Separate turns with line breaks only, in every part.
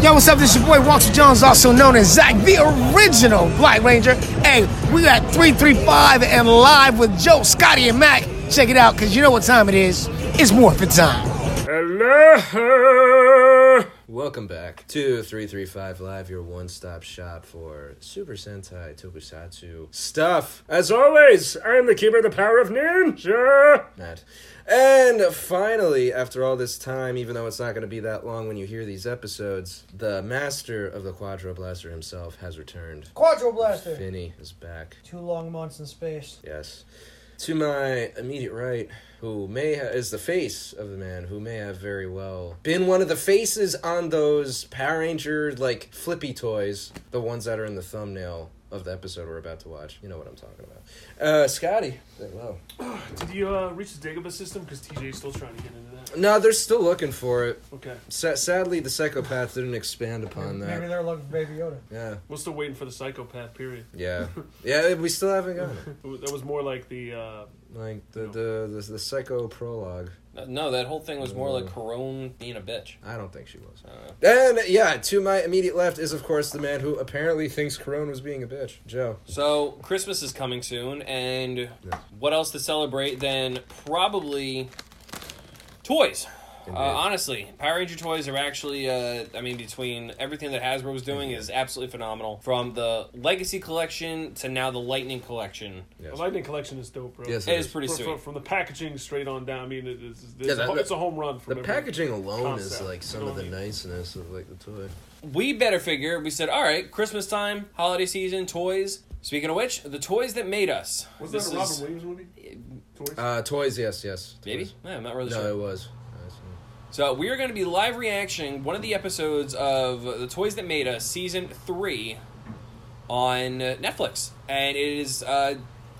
Yo, what's up? This is your boy Walter Jones, also known as Zach, the original Black Ranger. Hey, we got 335 and live with Joe, Scotty, and Mac. Check it out, because you know what time it is. It's Morphin' time.
Hello.
Welcome back to 335 Live, your one stop shop for Super Sentai Tokusatsu stuff.
As always, I am the keeper of the power of ninja.
Matt. And finally, after all this time, even though it's not going to be that long when you hear these episodes, the master of the Quadro Blaster himself has returned.
Quadro Blaster.
Finny is back.
Two long months in space.
Yes. To my immediate right, who may ha- is the face of the man who may have very well been one of the faces on those Power Ranger like flippy toys, the ones that are in the thumbnail of the episode we're about to watch. You know what I'm talking about. Uh, Scotty, say hello.
Did you uh, reach the Dagobah system? Because TJ's still trying to get into that.
No, they're still looking for it.
Okay.
Sa- sadly, the psychopath didn't expand upon
Maybe
that.
they're looking for Baby Yoda.
Yeah,
We're still waiting for the psychopath, period.
yeah, yeah. We still haven't gotten it.
It wa- That was more like the. Uh,
Like the the the, the psycho prologue.
No, that whole thing was more like Corone being a bitch.
Mm. I don't think she was.
Uh,
And yeah, to my immediate left is of course the man who apparently thinks Corone was being a bitch, Joe.
so Christmas is coming soon, and what else to celebrate than probably toys? Uh, honestly, Power Ranger toys are actually, uh, I mean, between everything that Hasbro's doing is absolutely phenomenal. From the Legacy Collection to now the Lightning Collection.
Yes.
The Lightning Collection is dope, bro.
Yes,
It is pretty
From,
sweet.
from, from the packaging straight on down, I mean, it, it's, it's,
Yeah, that-
a, ho-
that-
it's a home run. From
the
every-
packaging alone is
concept.
like some
You know
of the
what I mean?
niceness of like the toy.
we better figure we said all right christmas time holiday season toys speaking of which the toys that made us
Was
This
that a Robin
is-
Williams movie? Toys?
Uh, toys, yes, yes. Toys.
maybe yeah, i'm not really
No,
sure
it was.
so we are going to be live reactioning one of the episodes of the toys that made us season three on uh, netflix and it is uh,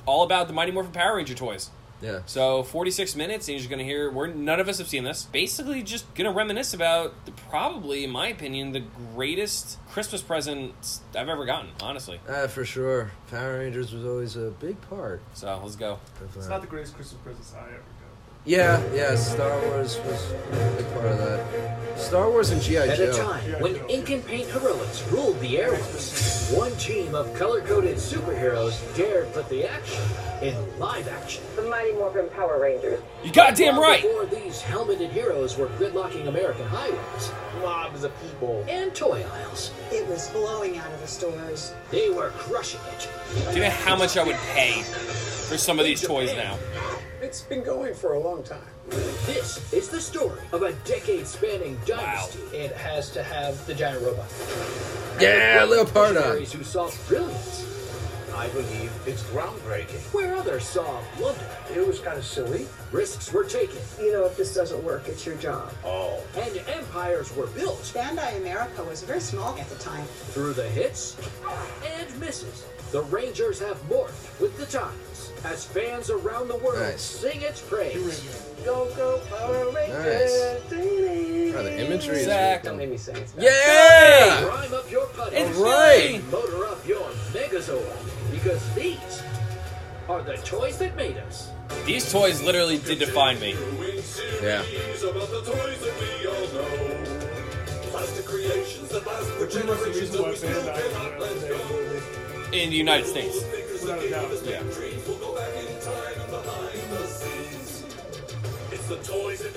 all about the mighty morphin power ranger toys
Yeah.
so 46 minutes and you're just going to hear we're none of us have seen this basically just going to reminisce about the, probably in my opinion the greatest christmas present i've ever gotten honestly
Uh, for sure. Power Rangers was always a big part
so let's go
of
it's
that.
not the greatest Christmas presents I ever got.
Yeah, yeah, Star Wars was a big part of that. Star Wars and G.I.
At a
Joe.
time when ink and paint heroics ruled the airwaves, one team of color-coded superheroes dared put the action in live action.
The Mighty Morphin Power Rangers.
You goddamn
Long
right.
Before these helmeted heroes were gridlocking American highways, mobs of people, and toy aisles,
It was blowing out of the stores.
they were crushing it.
Do you know how much I would pay for some of these toys now?
It's been going for a long time. This is the story of a decade-spanning dynasty. It has to have the giant robot.
Yeah, Leopardo.
Visionaries who saw brilliance.
I believe it's groundbreaking.
Where others saw blunder,
It was kind of silly.
risks were taken,
You know, if this doesn't work, it's your job.
Oh,
and empires were built
Bandai America was very small at the time.
through the hits and misses. The Rangers have morphed with the times as fans around the world
Nice.
sing its praise. Go, go, Power Rangers!
Nice. Oh, the imagery is
Zach.
really cool.
me sing it.
Yeah!
Prime up your putty.
It's Alright.
Motor up your Megazord because these are the toys that made us.
These toys literally did define me.
Yeah.
Which is the reason why Bandai cannot let go.
In the United States.
Without a doubt.
Yeah.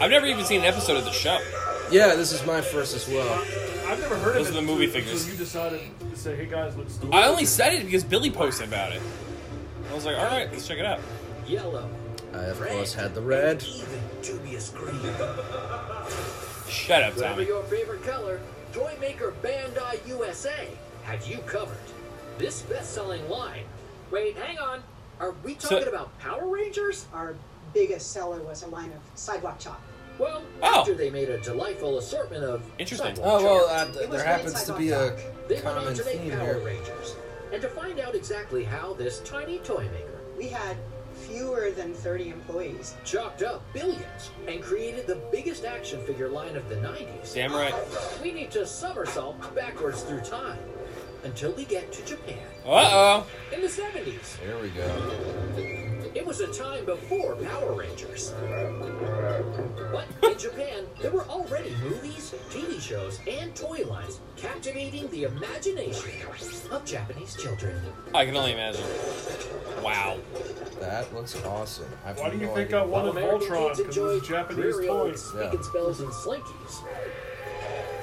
I've never even seen an episode of the show.
Yeah, this is my first as well.
I've never heard
Those
of it.
are the movie
until-
figures.
until You decided to say, hey guys, let's do it.
I only said it because Billy posted about it. I was like, all right, let's check it out.
Yellow,
I, of course, had the red.
even dubious green.
Shut up,
Whatever
Tommy.
your favorite color, toy maker Bandai USA had you covered. This best-selling line. Wait, hang on. Are we
So-
talking about Power Rangers?
Our biggest seller was a line of sidewalk chalk.
Well,
Oh.
after they made a delightful assortment of
Interesting.
sidewalk
Oh, well,
characters,
uh, th- there happens to be a
they went on
common
to make
theme
Power
here.
Rangers. And to find out exactly how this tiny toy maker
We had fewer than 30 employees.
chalked up billions and created the biggest action figure line of the 90s,
Damn right.
we need to somersault backwards through time until we get to Japan
Uh oh.
in the 70s.
There we go.
It was a time before Power Rangers. But in Japan, there were already movies, TV shows, and toy lines captivating the imagination of Japanese children.
I can only imagine. Wow.
That looks awesome. I have
Why do you
no
think
idea
I wanted
what-
American
Voltron,
kids
'cause it was
enjoyed
Japanese
Mario and
toys.
Speaking spells and slinkies.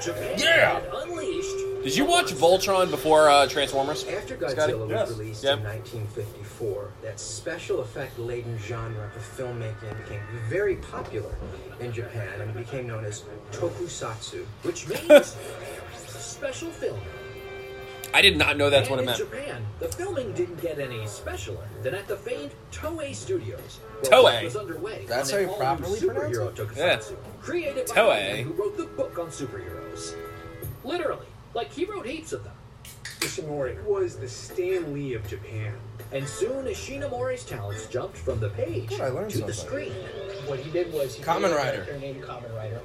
Japan
Yeah!
had unleashed
Did you watch Voltron before uh, Transformers?
After
Scotty?
Godzilla
Yes.
was released
Yep.
in 1954, that special effect laden genre of filmmaking became very popular in Japan and became known as tokusatsu.
Which means special film.
I did not know
and
that's what it
in
meant.
Japan, the filming didn't get any specialer than at the famed Toei Studios. where
Toei?
work was underway
That's
on an
how you
all-new
properly pronounce
superhero
it?
tokusatsu, Created by the
Toei.
man who wrote the book on superheroes. Literally, like he wrote heaps of them.
Ishinori was the Stan Lee of Japan.
And soon Ishinomori's talents jumped from the page
Ooh, I learned
to the
something.
screen.
What he did was he
Kamen
created a
Rider.
character Named Kamen Rider.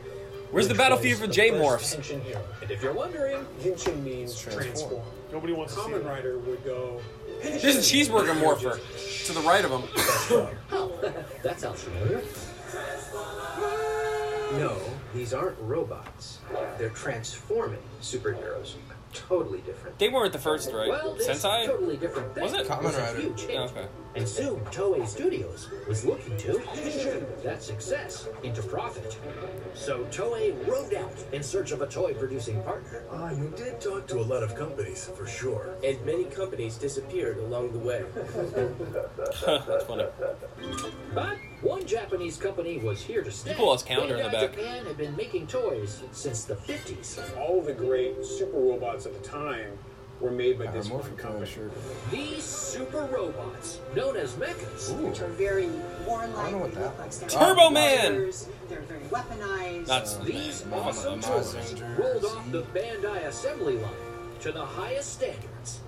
Where's the
which
Battlefield
was
for
the
J
first
Morphs?
Henshin hero.
And if you're wondering,
Henshin means transform.
Nobody wants to see
Kamen
it.
Rider would go,
There's a cheeseburger morpher to the right of him.
that sounds familiar.
no, these aren't robots. They're transforming superheroes. Totally different.
They weren't the first, right?
Well, this
Sensei?
totally different thing
Was it?
Kamen
was a
Rider.
huge hit.
Yeah, okay.
And soon, Toei Studios was looking to turn that success into profit. So Toei rode out in search of a toy producing partner,
I Ah, did talk to a lot of companies, for sure.
and many companies disappeared along the way.
That's funny.
But one Japanese company was here to stay.
People lost calendar in the
Bandai
back.
Japan had been making toys since the 50s.
All the great super robots at the time were made by this one
Merfolk on
company.
shirt.
These super robots, known as mechas,
Ooh.
which are very warlike.
I don't know what
they
that
look like they're
Turbo
all
Man!
lasers, They're very weaponized.
That's
These
Mama,
awesome
Mama
toys
Zinger,
rolled off
Z.
the Bandai assembly line to the highest standards.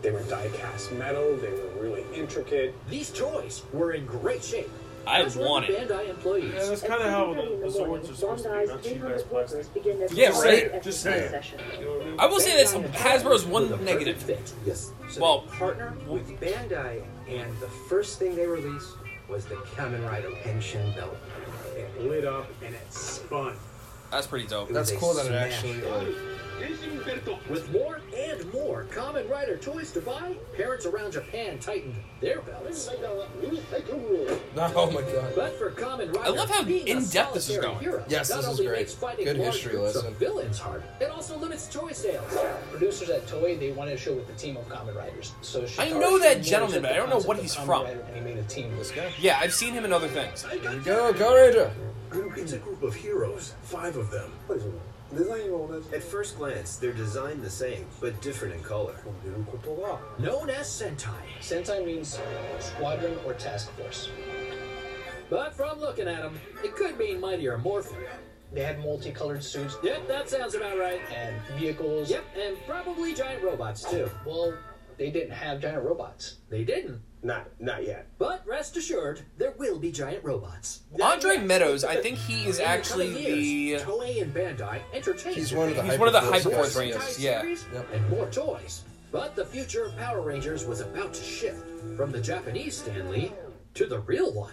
They were die-cast metal. They were really intricate.
These toys were in great shape.
I
as were
want
the
it.
Bandai employees.
Yeah, that's kind of how the, the Zords are supposed to be, not cheap ass plastic.
Yeah, right?
Just saying. You know what I mean?
I will say that's
Bandai and
Hasbro's
Bandai
one
were the
negative.
perfect fit. Yes.
So
Well-
they partnered with Bandai, and the first thing they released was the Kamen Rider Henshin belt.
It lit up and it spun.
That's pretty dope.
That's
They
cool that it
smashed
actually like
With more and more Common Rider toys to buy, parents around Japan tightened their belts.
no, oh my god.
But for Common Rider,
I love how
being a
in-depth this is
solitary
going.
Hero,
Yes,
not
this is
only
great.
makes fighting
Good
large
history
groups of
lesson.
villains hard, it also limits toy sales.
Producers at Toei they wanted to show with the team of Kamen Riders. So
I
Shitara
know that
Shinmori
gentleman,
took
but
the
I don't know
concept
what
of
he's
Kamen
from.
Rider and he made a team.
This guy.
Yeah, I've seen him in other things.
Here we go, go Ranger.
It's a group of heroes, five of them. At first glance, they're designed the same, but different in color.
Known as Sentai.
Sentai means squadron or task force.
But from looking at them, it could mean mightier Morphin.
They had multicolored suits
Yep, that sounds about right.
and vehicles.
Yep, and probably giant robots too.
Well, they didn't have giant robots.
They didn't.
Not, not yet.
But rest assured, there will be giant robots.
Andre Meadows, I think he is
In the
actually
coming years,
the.
Toei and Bandai entertained
He's one of the
He's one of the
Hyperforce
Hyperforce
guys.
Rangers. Yeah.
series
Yep.
and more toys. But the future of Power Rangers was about to shift from the Japanese Stanley to the real one.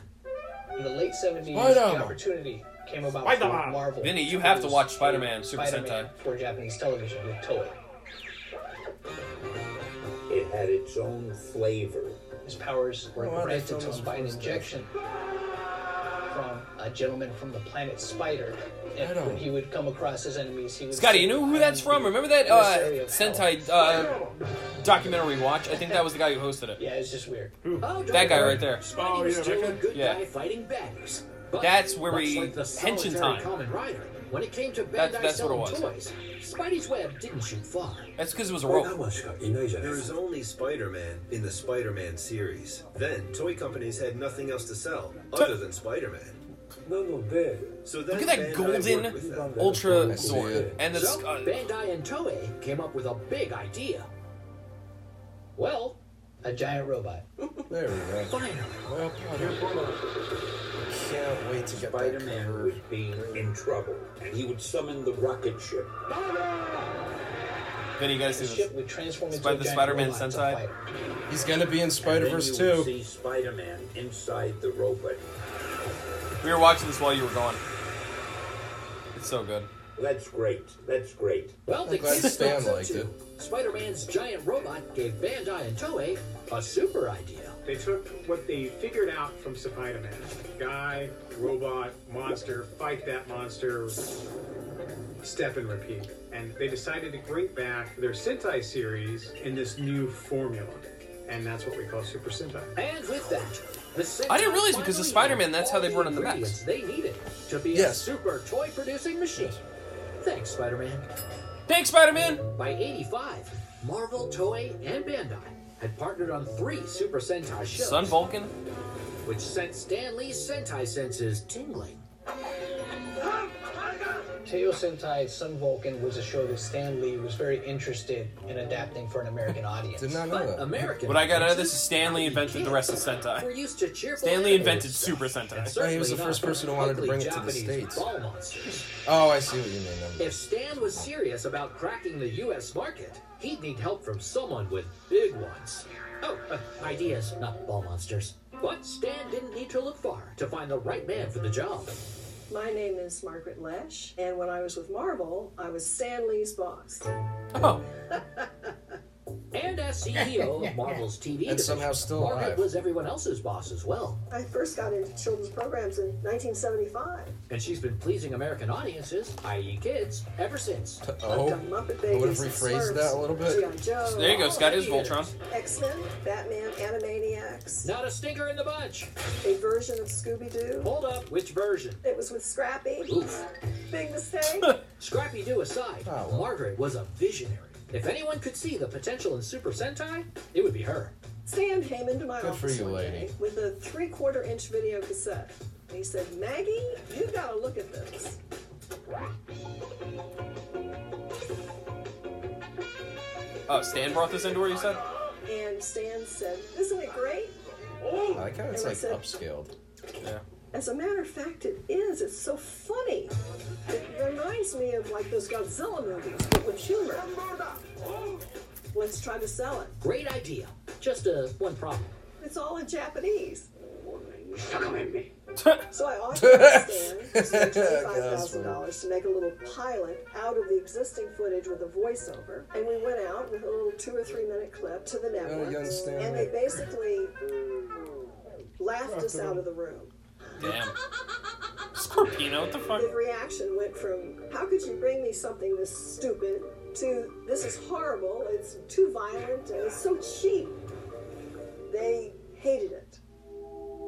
In the late 70s,
Spider-Man.
the opportunity came about
Spider-Man.
for Marvel.
Vinny, you
to
have to
produce
watch
a
Spider-Man, Super
Spider-Man
Sentai.
for Japanese television with Toei.
It had its own flavor.
His powers were
Oh, wow, they
granted
filmed
to
this
him by an
first,
injection from a gentleman from the planet Spider.
I
And
don't-
when he would come across his enemies, he would.
Scotty,
say,
you know who
"I
that's
am
from?
the
Remember that uh,
emissary of hell."
Sentai uh, documentary watch? I think that was the guy who hosted it.
Yeah, it's just weird.
Oh,
That guy right there.
Oh,
Oh,
yeah,
yeah, still
that
a
guy?
good
Yeah.
guy fighting baddies. But
That's where
much
we-
like the
Henshin
solitary
time.
Kamen Rider, when it came to Bandai
That's- that's what
selling
it
toys, Spidey's web didn't shoot far.
That's because it was a role.
There was uh, only Spider-Man in the Spider-Man series. Then toy companies had nothing else to sell other than Spider-Man. So
Look at that golden Ultra
I see
Zord.
it.
And the.
So,
Uh,
Bandai and Toei came up with a big idea. Well,
A giant robot.
There we go.
finally.
Well, can't wait to get that
Spider-Man
cover.
would be in trouble, and he would summon the rocket ship.
Vinny, you gotta see
The
this.
ship would transform into
Spy-
a
the
giant
Spider-Man
robot to
Sentai?
fight.
He's gonna be in Spider Verse
then you would
too.
see Spider-Man inside the robot.
We were watching this while you were gone. It's so good.
That's great. That's great.
Well, the
glad
kids
Stan
thought so
liked
too. Spider-Man's giant robot gave Bandai and Toei a super idea.
They took what they figured out from Spider-Man: guy, robot, monster, fight that monster, step and repeat. And they decided to bring back their Sentai series in this new formula, and that's what we call Super Sentai.
And with that, the Sentai
I didn't realize because of
finally had
Spider-Man, that's how
all
they brought in the
ingredients
mechs.
They needed to be a
Yes.
super toy-producing machine. Thanks, Spider-Man.
Thanks, Spider-Man.
By '85, Marvel, Toei, and Bandai had partnered on three Super Sentai shows.
Sun Vulcan.
which sent Stan Lee's Sentai senses tingling.
Teo Sentai Sun Vulcan was a show that Stan Lee was very interested in adapting for an American audience.
Did not
know that. American
What I got out of this is Stanley invented the rest of
We're
Sentai.
used to cheerful
Stanley
animals.
invented Super Sentai.
he was
Certainly
the first
not
person who wanted to
ugly
bring it to the
Japanese
States.
ball monsters.
Oh, I see what you mean. Emma.
If Stan was serious about cracking the U.S. market, he'd need help from someone with big ones. Oh, uh, ideas, not ball monsters. But Stan didn't need to look far to find the right man for the job.
My name is Margaret Lesh, and when I was with Marvel, I was Stan Lee's boss.
Oh.
And as CEO of Marvel's TV
And somehow
division,
still
Margaret
alive.
was everyone else's boss as well.
I first got into children's programs in 1975.
And she's been pleasing American audiences, i.e. kids, ever since.
Oh.
I've done Muppet
I
Babies,
would have rephrased
Smurfs,
that a little bit.
G.I. Joe,
There you go, Scott is Voltron.
X-Men, Batman, Animaniacs,
Not a stinker in the bunch.
a version of Scooby-Doo.
Hold up, which version?
It was with Scrappy.
Oof.
Big mistake.
Scrappy Doo aside,
Oh,
Margaret was a visionary. If anyone could see the potential in Super Sentai, it would be her.
Stan came into my
Good for
office
you,
one
lady.
day with a three-quarter inch video cassette. And he said, Maggie, you gotta look at this.
Oh, Stan brought this indoor. You said.
And Stan said, Isn't it great?
Oh,
I like how it's
And I
like
said,
upscaled.
Yeah.
As a matter of fact, it is. It's so funny. It reminds me of like those Godzilla movies, but with humor. Let's try to sell it.
Great idea. Just uh, one problem.
It's all in Japanese. So I authorized Stan to
That was
spend $25,000 dollars to make a little pilot out of the existing footage with a voiceover. And we went out with a little two or three minute clip to the network.
you understand
and they
that?
basically mm, laughed us out of the room.
Damn. Scorpino, what the fuck?
The reaction went from "How could you bring me something this stupid?" to "This is horrible. It's too violent. And it's so cheap." They hated it.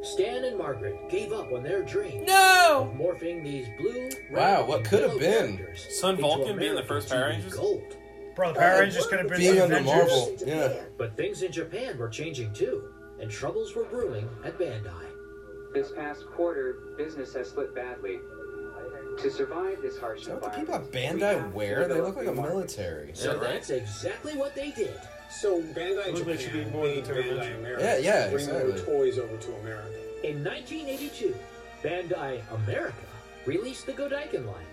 Stan and Margaret gave up on their dream.
No!
Of morphing these blue.
Wow,
red,
what
and
could have
yellow
been?
characters
Sun
into
Vulcan being the
American
first Power
TV
Rangers?
Gold.
Bro, the Power Rangers could have been
Being
some
under
Avengers.
Marvel, yeah.
But things in Japan were changing too, and troubles were brewing at Bandai.
This past quarter, business has slipped badly. To survive this harsh
What the
environment,
people at Bandai wear? They look like a military.
So that's exactly what they did.
So Bandai
Looks like should be
Japan
more
made
than
Bandai
Terminator.
America.
Yeah, yeah,
bring
exactly.
their toys over to America.
In 1982, Bandai America released the Godaiken line,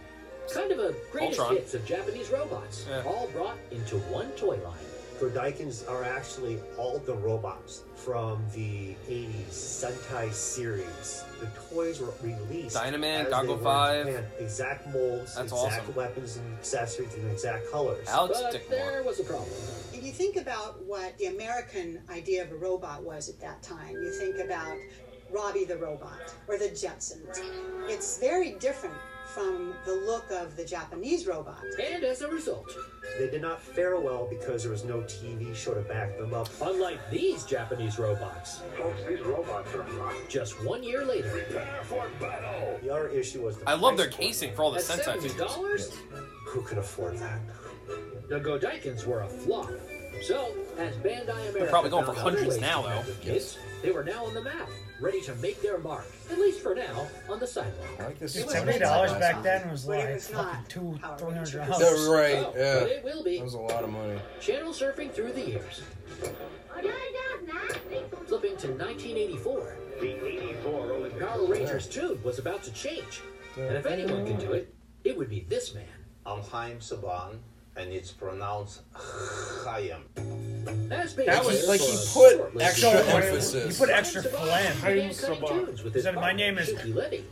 kind of a greatest
Voltron.
hits of Japanese robots, all brought into one toy line.
Gordaikins are actually all the robots from the 80s Sentai series. The toys were released.
Dynaman,
as they
Goggle
were
5.
in Japan. Exact molds,
That's
exact
awesome.
weapons and accessories, and exact colors.
But
there was a problem.
If you think about what the American idea of a robot was at that time, you think about Robbie the Robot or the Jetsons. It's very different from the look of the Japanese robot.
And as a result,
They did not fare well because there was no TV show to back them up.
Unlike these Japanese robots.
Folks, these robots are
Just one year later.
The other issue was the
I love
price
their casing for all the
At
Sentai
seventy
figures.
dollars,
Who could afford that?
the Godaikins were a flop. So, as Bandai America
probably going
found
for
other
hundreds
ways to
now,
connect
though.
with kids, they were now on the map, ready to make their mark, at least for now, on the sidewalk. I like
Dude, seventy dollars back then was like fucking two, three hundred dollars.
That's right.
Oh,
Yeah.
but it will be.
That was a lot of money.
Channel surfing through the years. Flipping to 1984. The 84 Power Rangers tune was about to change. And if anyone could do it, it would be this man.
I'm Chaim Saban, and it's pronounced Chaim.
That's
That was-
like he
put
extra
emphasis. He uh, put extra phlegm.
Chaim Saban.
He said, "My name is
Levy.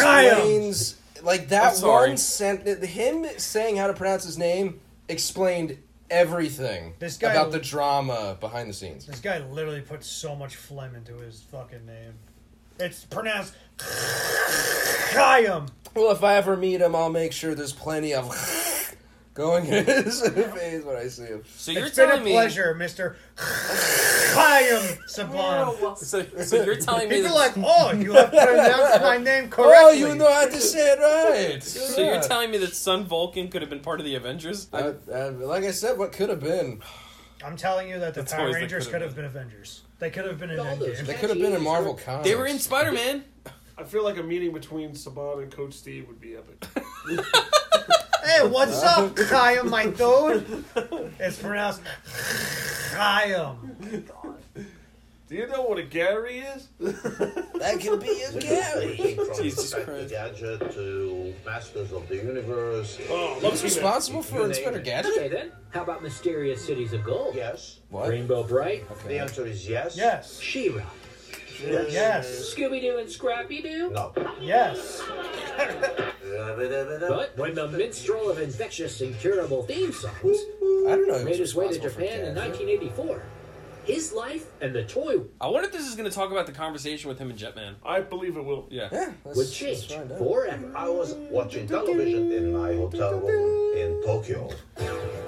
Kyle."
explains like
I'm
that
sorry.
one sentence, him saying how to pronounce his name explained everything
This guy-
about the drama behind the scenes.
This guy literally put so much phlegm into his fucking name. It's pronounced Chaim.
Well, if I ever meet him, I'll make sure there's plenty of going in his face when I see him.
So
It's been a pleasure, Mister Chaim Saban.
So,
oh,
so you're telling me
people
that-
like, oh, you have pronounced my name
Oh,
correctly.
you
know how to say it right. Uh,
So you're telling me that Sun Vulcan could have been part of the Avengers?
like I said, what could have been?
I'm telling you that the
That's
Power
always the
Rangers
could've
could have been Avengers. They could have been in Endgame.
They were in Spider Man.
I feel like a meeting between Saban and Coach Steve would be epic.
Hey, what's up, Chaim, my dude? It's pronounced Chaim.
Do you know what a Gary is?
that could be a
Came from Inspector Gadget to Masters of the Universe.
Oh,
He was responsible for
You
Inspector
name it.
Gadget?
Okay, then. How about Mysterious Cities of Gold?
Yes.
What?
Rainbow Bright?
The answer is yes.
Yes.
She-Ra.
Yes. Yes.
Scooby Doo and Scrappy Doo?
No.
Yes.
But when the minstrel of infectious, incurable theme songs
I don't know. who
made
was
his way to
responsible for
Japan in
Gadget.
1984, his life and the toy
I wonder if this is going to talk about the conversation with him and Jetman.
I believe it will.
Yeah.
would change forever.
I was watching television in my hotel room in Tokyo.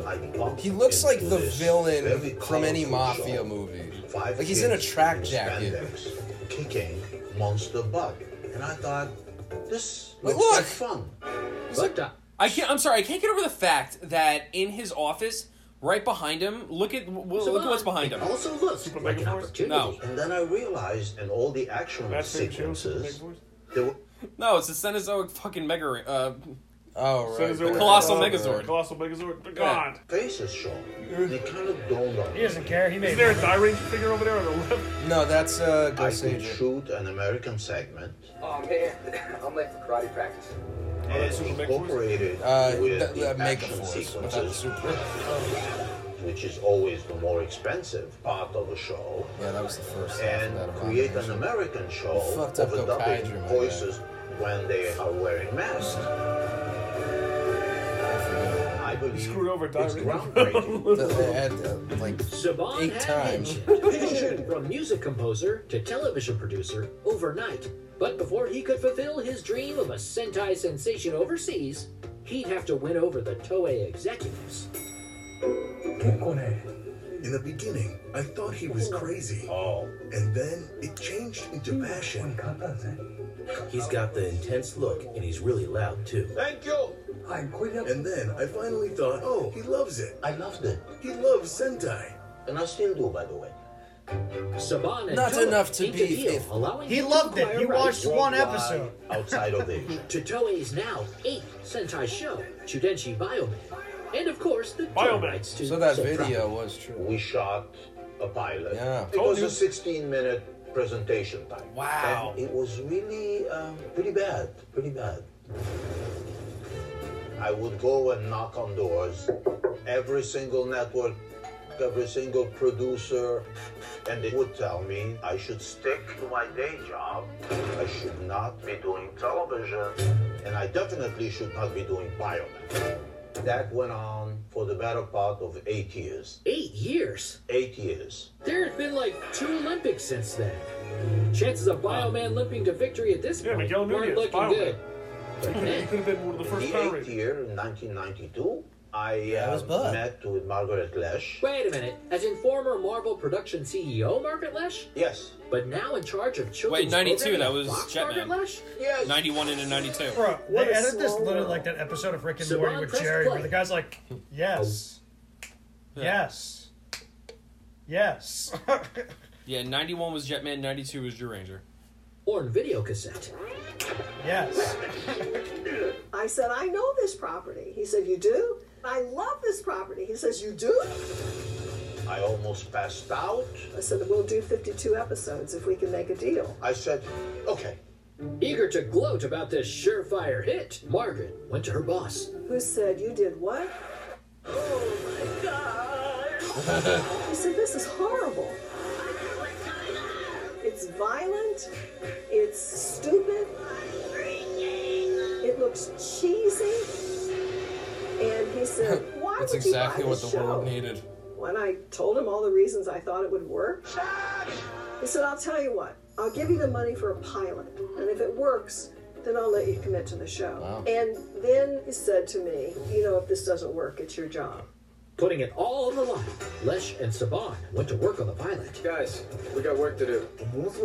I bumped
He looks like
into
the
this very
villain from any
colorful
mafia
show.
movie.
Five
Like he's in a
kids
track
in
jacket.
spandex, kicking monster bug, and I thought this
Like,
looks
look!
like fun.
But uh,
I can't. I'm sorry. I can't get over the fact that in his office, right behind him, look at w- w- look at what's behind him.
Also looks like an opportunity.
No.
And then I realized in all the action sequences, there were
No, it's the Cenozoic fucking mega. ra- Uh,
oh
right.
the colossal
Oh,
Megazord.
Colossal Megazord. The
Yeah.
God.
faces shown. They kind of dawned on
He doesn't care. He made
Is there a
money.
Die Ranger figure over there on the left?
No, that's uh,
I
Ghost
could
Agent.
shoot an American segment.
Oh man, I'm late for karate practice.
and incorporated
Uh,
with
th-
the
uh, Mega
action
Force, without the
sequences,
Super
which is always the more expensive part of a show.
Yeah, that was the first.
And create an American show
You fucked up Gokaiger, my
overdubbing
man.
voices when they are wearing masks. I believe
screwed over
it's
Diary.
groundbreaking.
They had uh, like
Saban
eight times.
Transitioned from music composer to television producer overnight. But before he could fulfill his dream of a Sentai sensation overseas, he'd have to win over the Toei executives.
In the beginning, I thought he was crazy.
Oh.
And then it changed into passion.
He's got the intense look, and he's really loud, too.
Thank you! And then I finally thought, oh, he loves it.
I loved it.
He loves Sentai.
And I still do, by the way.
Saban and
Not
Toei
enough to
inked a
be-
deal
if-
allowing
He
him to
loved it.
acquire
He
rights
watched one
worldwide.
episode.
Outside of Asia.
To Toei's now eighth Sentai show, Chudenshi Bioman. And of course, the toy rights to
So that
said
video
property.
was true.
We shot a pilot.
Yeah.
It was a 16 minute presentation time.
Wow.
And it was really um, pretty bad. Pretty bad. I would go and knock on doors, every single network, every single producer, and they would tell me I should stick to my day job. I should not be doing television, and I definitely should not be doing biomed. That went on for the better part of eight years.
Eight years.
Eight years.
There have been like two Olympics since then. Chances of Bioman limping to victory at this
Yeah,
point
Miguel
weren't
Nunez,
looking
Bioman.
good.
He could have been one of the first Power
The eighth
Rangers.
year, in 1992, I
That was
uh,
Bud.
met with Margaret Lesh.
Wait a minute. As in former Marvel production CEO Margaret Lesh,
Yes.
but now in charge of children's
Wait, 92,
programming
that
at
was
Fox,
Jetman.
Margaret Lesh?
Ninety-one into ninety-two.
Bro, they
a
edit this
slow
literally like that episode of Rick and
Saban,
Morty with
press
Jerry,
play.
where the guy's like, "Yes, yes, yes."
Yeah, ninety-one was Jetman. Ninety-two was Drew Ranger.
Or in video cassette.
Yes.
I said, I know this property. He said, You do? I love this property. He says, You do?
I almost passed out.
I said, We'll do 52 episodes if we can make a deal.
I said, okay.
Eager to gloat about this surefire hit, Margaret went to her boss.
Who said, You did what? Oh my God. he said, This is horrible. It's violent. It's stupid. It it looks cheesy. And he said, Why
That's
would
exactly
you buy
what
this
the
show?
world needed.
When I told him all the reasons I thought it would work, he said, I'll tell you what, I'll give you the money for a pilot, and if it works, then I'll let you commit to the show.
Wow.
And then he said to me, You know, if this doesn't work, it's your job.
Putting it all on the line, Lesh and Saban went to work on the pilot.
Guys, we got work to do.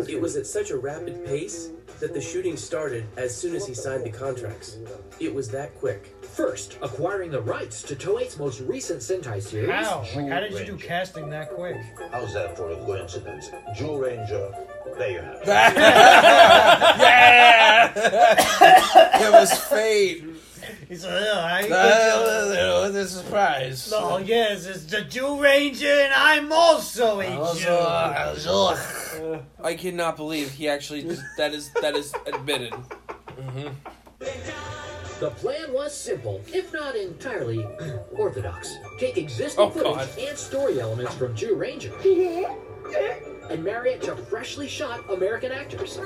It was at such a rapid pace that the shooting started as soon as he signed the contracts. It was that quick.
First, acquiring the rights to Toei's most recent Sentai series.
How? Like, how did you do casting that quick?
How's that for a coincidence? Jewel Ranger, there you have it.
yeah! it was fate.
He's like, "Oh, I-
Uh, the surprise.
Oh yes, it's the Jew Ranger, and I'm also a Jew.
I cannot believe he actually that is that is admitted. Mm-hmm.
The plan was simple, if not entirely orthodox. Take existing
Oh, God.
footage and story elements from Jew Ranger and marry it to freshly shot American actors,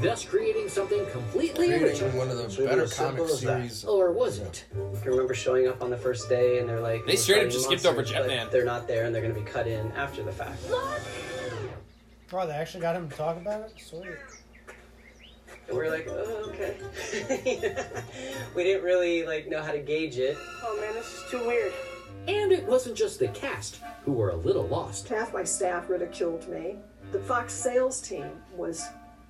thus creating something completely original.
one of the
So it
better
was simple
comic
as that.
series.
Or was it?
I remember showing up on the first day and they're like,
They
"We're
straight
starting
up just skipped over
monsters," but
Jetman.
They're not there and they're going to be cut in after the fact.
Bro, they actually got him to talk about it. Sweet.
And we're like, oh, okay. we didn't really like know how to gauge it.
Oh man, this is too weird.
And it wasn't just the cast who were a little lost.
Half my staff ridiculed me. The Fox sales team was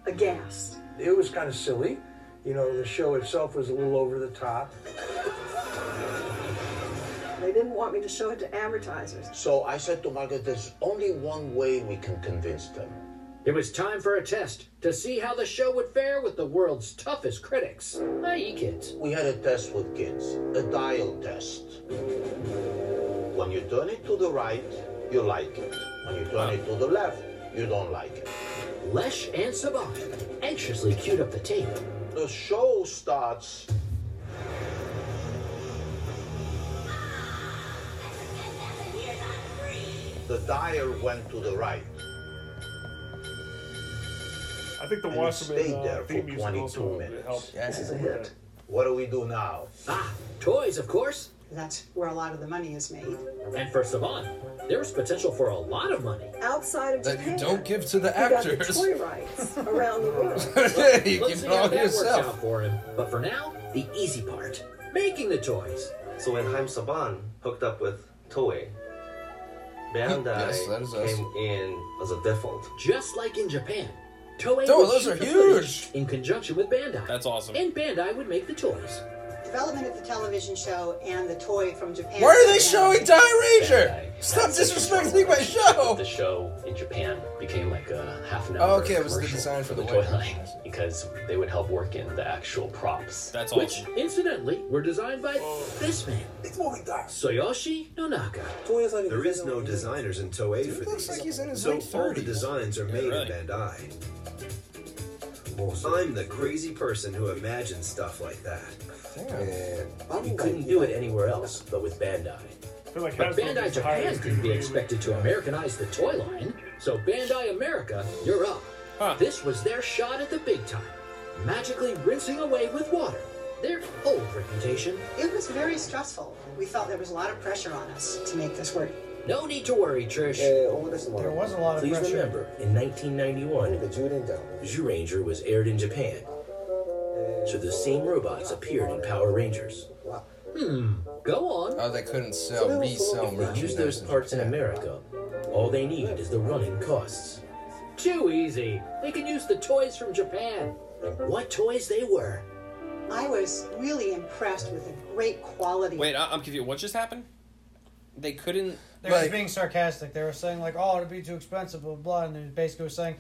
aghast.
It was kind of silly. You know, the show itself was a little over the top.
They didn't want me to show it to advertisers.
So I said to Margaret, there's only one way we can convince them.
It was time for a test to see how the show would fare with the world's toughest critics, i.e., kids.
We had a test with kids, a dial test. When you turn it to the right, you like it. When you turn it to the left, you don't like it.
Lesh and Saban anxiously queued up the tape.
The show starts. The dial went to the right.
I think the
And it
Watchmen
stayed
uh,
there
theme
for
music
22
also
minutes.
helped.
What do we do now?
Ah, toys, of course.
That's where a lot of the money is made.
And for Saban, there was potential for a lot of money.
Outside of
That you
Japan,
don't give to the
he got the
actors.
toy rights around the world.
you keep
Let's see
it
how
all to
that works
yourself.
out for him. But for now, the easy part making the toys.
So when Haim Saban hooked up with Toei, Bandai
Yes, that is us.
came in as a default.
Just like in Japan, Toei
Dude,
would
those
shoot
are
the
huge.
footage in conjunction with Bandai. That's
awesome.
And Bandai would make the toys.
Development of the television show and the toy from Japan.
Why are they showing Die Ranger?
Bandai.
Stop disrespecting my show!
The show in Japan became like a half an
Oh,
hour.
okay, it was the
commercial
design for
for
the
the toy
white
line because they would help work in the actual props.
That's
Which, incidentally, were designed by this man, Soyoshi Nonaka.
There is no designers in Toei for
looks
these.
like he's in his
so
late
all
30s.
the designs are made in Bandai. I'm the crazy person who imagines stuff like that.
And you couldn't do it anywhere else but with Bandai.
Like
But
Hasbro
Bandai
just hired
Japan couldn't be expected to Americanize the toy line, so Bandai America, you're up. This was their shot at the big time, magically rinsing away with water their old reputation.
It was very stressful. We felt there was a lot of pressure on us to make this work.
No need to worry, Trish.
There was a lot of
Please
pressure.
remember, in 1991, Zhu Ranger was aired in Japan. So the same robots appeared in Power Rangers.
Hmm, go on.
Oh, they couldn't sell, resell
They use
merchandise.
those parts in America. All they need is the running costs.
Too easy. They can use the toys from Japan. What toys they were.
I was really impressed with the great quality.
Wait, I- I'm confused. What just happened? They couldn't.
They were just being sarcastic. They were saying like, "Oh, it'd be too expensive," blah blah, blah. and they basically were saying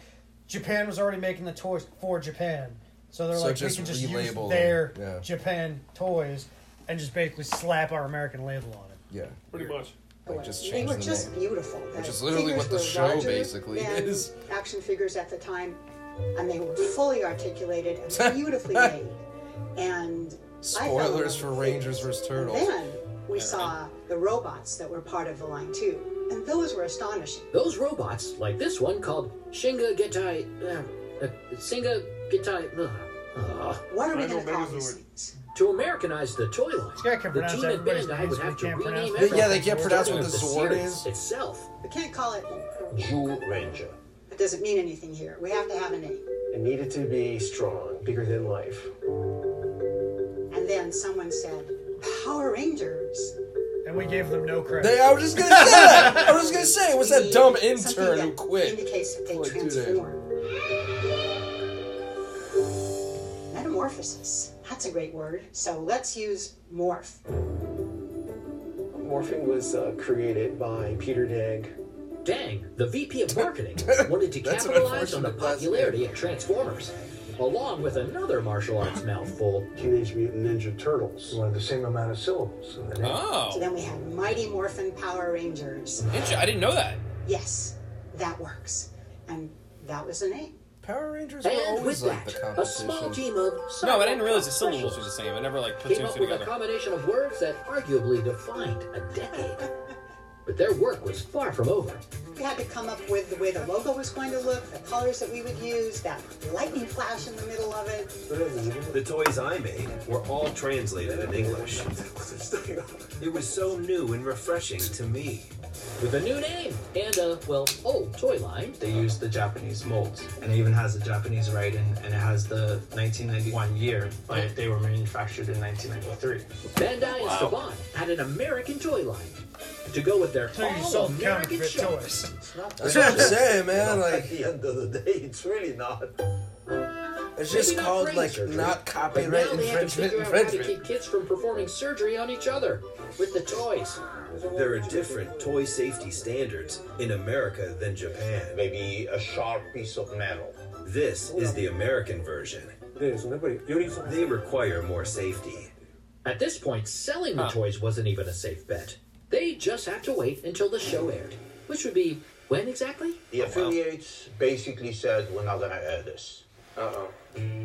Japan was already making the toys for Japan, so they're
So
like,
just
"We can just use
relabel them.
their
Yeah.
Japan toys and just basically slap our American label on it."
Yeah.
Pretty much.
Like, just
they
change
were
the
just
name.
beautiful.
Which
The
is literally what the
figures
show
were larger
basically
than
is.
Action figures at the time, and they were fully articulated and beautifully made. And I fell in love
Spoilers for Rangers vs.
And
Turtles.
Then we saw the robots that were part of the line too, and those were astonishing.
Those robots, like this one called Shinga um, Getai. Uh, uh, Singa Getai. ugh.
What are we
Randall
going to call these things?
To Americanize the toy line, the
pronounce
team at
everybody's
Bandai
names,
would
we
have to
can't pronounce
rename
them.
it.
Yeah, they can't pronounce what
Starting
the
with
sword
series
is.
Itself.
We can't call it.
Jew Ranger.
It doesn't mean anything here. We have to have a name.
It needed to be strong, bigger than life.
And then someone said, Power Rangers.
And we gave them no credit.
They- I was just gonna say that. I was just gonna say it was that dumb intern who quit.
Indicates that they
Like, dude,
transform. Metamorphosis. That's a great word. So let's use morph.
Morphing was uh, created by Peter Dang.
Dang, the VP of marketing,
wanted
to capitalize on the popularity of Transformers, along with another martial arts mouthful.
Teenage Mutant Ninja Turtles. One of the same amount of syllables. in the name.
So then we have Mighty Morphin Power Rangers.
Ninja, I didn't know that.
Yes, that works. And that was the name.
Power Rangers
were And always with like that, the a small competition. team of
No, but I didn't realize the syllables were the same. I never like put two
Came
and
up
two
with a
together.
combination of words that arguably defined a decade. But their work was far from over.
We had to come up with the way the logo was going to look, the colors that we would use, that lightning flash in the middle of it.
The toys I made were all translated in English. It was so new and refreshing to me.
With a new name and a, well, old toy line,
They use the Japanese molds, and it even has the Japanese writing, and it has the 1991 year, but they were manufactured in 1993.
Bandai and Saban had an American toy line to go with their all-American show.
That's what I'm saying, man.
You know,
Like
at the end of the day, it's really not.
it's just
Maybe not
called
brain
like
surgery,
not
But now
copyright
they had to
infringement.
figure out how to
Infringement.
keep kids from performing surgery on each other with the toys.
There are different toy safety standards in America than Japan. Maybe a sharp piece of metal. This is the American version. They require more safety.
At this point, selling the toys wasn't even a safe bet. They just had to wait until the show aired, which would be when exactly?
The affiliates basically said, we're not going to air this. Uh-oh.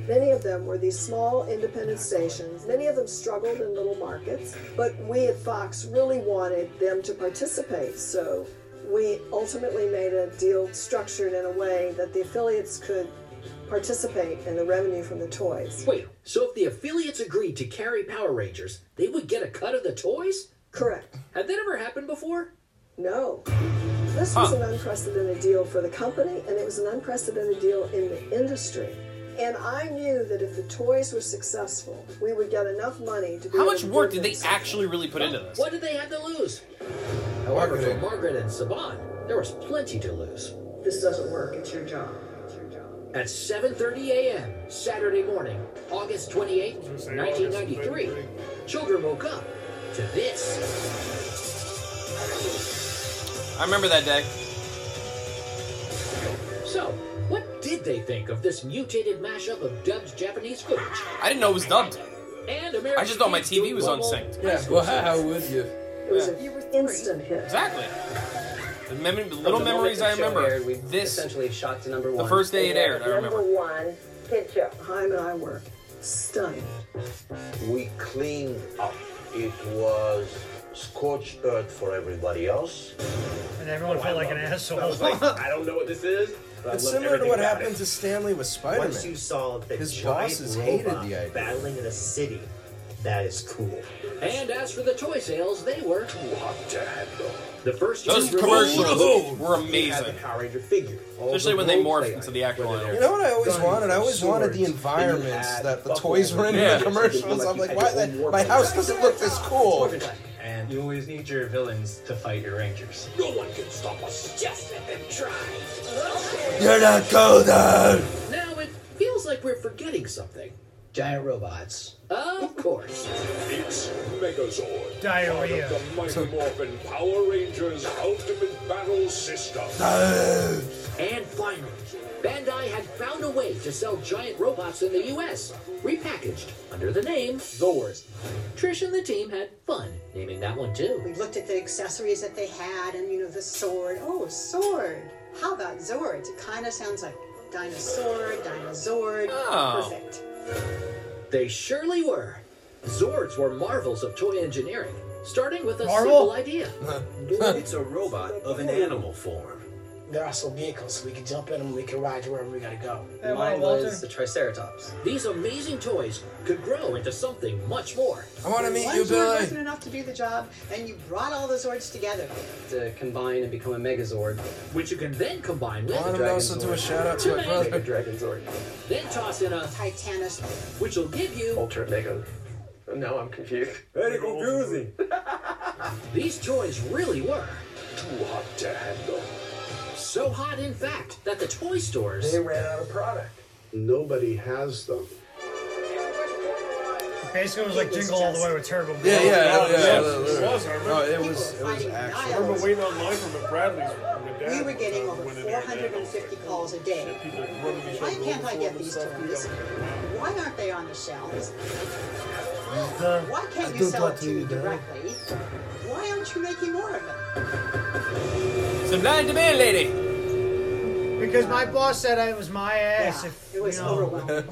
Many of them were these small independent stations. Many of them struggled in little markets, but we at Fox really wanted them to participate. So we ultimately made a deal structured in a way that the affiliates could participate in the revenue from the toys.
Wait, Oh, so if the affiliates agreed to carry Power Rangers, they would get a cut of the toys?
Correct.
Had that ever happened before?
No. This was an unprecedented deal for the company, and it was an unprecedented deal in the industry. And I knew that if the toys were successful, we would get enough money to be
How
able
much
to
work
give
did they actually really put into this?
What did they have to lose? However, for Margaret and Saban, there was plenty to lose.
This doesn't work. It's your job.
At 7:30 a.m. Saturday morning, August 28, 1993, children woke up to this.
I remember that day.
So, what did they think of this mutated mashup of dubbed Japanese footage
I didn't know it was dubbed.
and American?
I just thought my
kids
TV
doing
was
normal
unsynced.
high school stuff?
would you?
It was an instant hit.
Exactly. The mem-
From
little
the moment
memories
the
I
show
remember.
aired, we
this
essentially shot to number
the
one.
first day it aired, I remember.
Number one hit show. Heim and I were stunned.
We cleaned up. It was scorched earth for everybody else.
And everyone felt like an asshole.
I was like, I don't know what this is.
It's similar to what happened to Stanley with Spider-Man.
Once you saw the
His
giant
bosses hated
robot
the idea.
battling in a city, that is cool.
And as for the toy sales, they were The first
Those
two
commercials
releases-
were
They had the
amazing.
Power Ranger figure. All
Especially
the
when they
role
morphed
play
into the actual
You
animal.
know what I always
Guns,
wanted? I always wanted the
swords,
environments
and you
that the
had
toys were in in
Yeah.
the commercials. I'm like, why? That, my house doesn't look this cool.
And you always need your villains to fight your rangers.
No one can stop us. Just let them try.
You're not golden.
Now it feels like we're forgetting something.
Giant robots.
Of course.
It's Megazord.
Diarrhea.
Part of the Mighty Morphin Power Rangers Ultimate Battle System.
And finally, Bandai had found a way to sell giant robots in the US, repackaged under the name Thor's. Trish and the team had fun naming that one too.
We looked at the accessories that they had and, you know, the sword. Oh, sword. How about Zord? It kind of sounds like dinosaur, dinozord.
Oh.
Perfect.
They surely were. Zords were marvels of toy engineering, starting with a simple
Marvel?
idea.
it's a robot of an animal form.
They're also vehicles, so we can jump in them and we can ride to wherever we gotta go.
Mine was the Triceratops. These amazing toys could grow into something much more.
I wanna meet
One
you,
Zord
Billy.
wasn't enough to do the job, and you brought all the Zords together.
To combine and become a Megazord, which you can then combine with
Why
a
don't we also
Dragonzord.
do a shout out to my
make a
brother?
Dragonzord. Then toss in a
Titanus,
which will give you Ultra Mega. Now I'm confused.
Very confusing.
These toys really were
Too hot to handle.
so hot, in fact, that the toy stores
They
ran out of product.
Nobody has them.
Basically, it was like Jingle All the Way with Turbo.
Yeah, yeah,
Oh,
yeah,
yes,
yeah,
it
yeah.
was. I remember.
No, it was- it was actually-
I remember waiting online for McBradley's. My dad
we were getting over
went in there and dad
450 calls a day. Why can't I get these toys? Why aren't they on the shelves? Why can't
I
you
don't
sell it
want
to me
to, no.
directly? Why aren't you making more of them?
Some blind demand, lady.
Because my boss said it was my ass. if, it was overwhelming.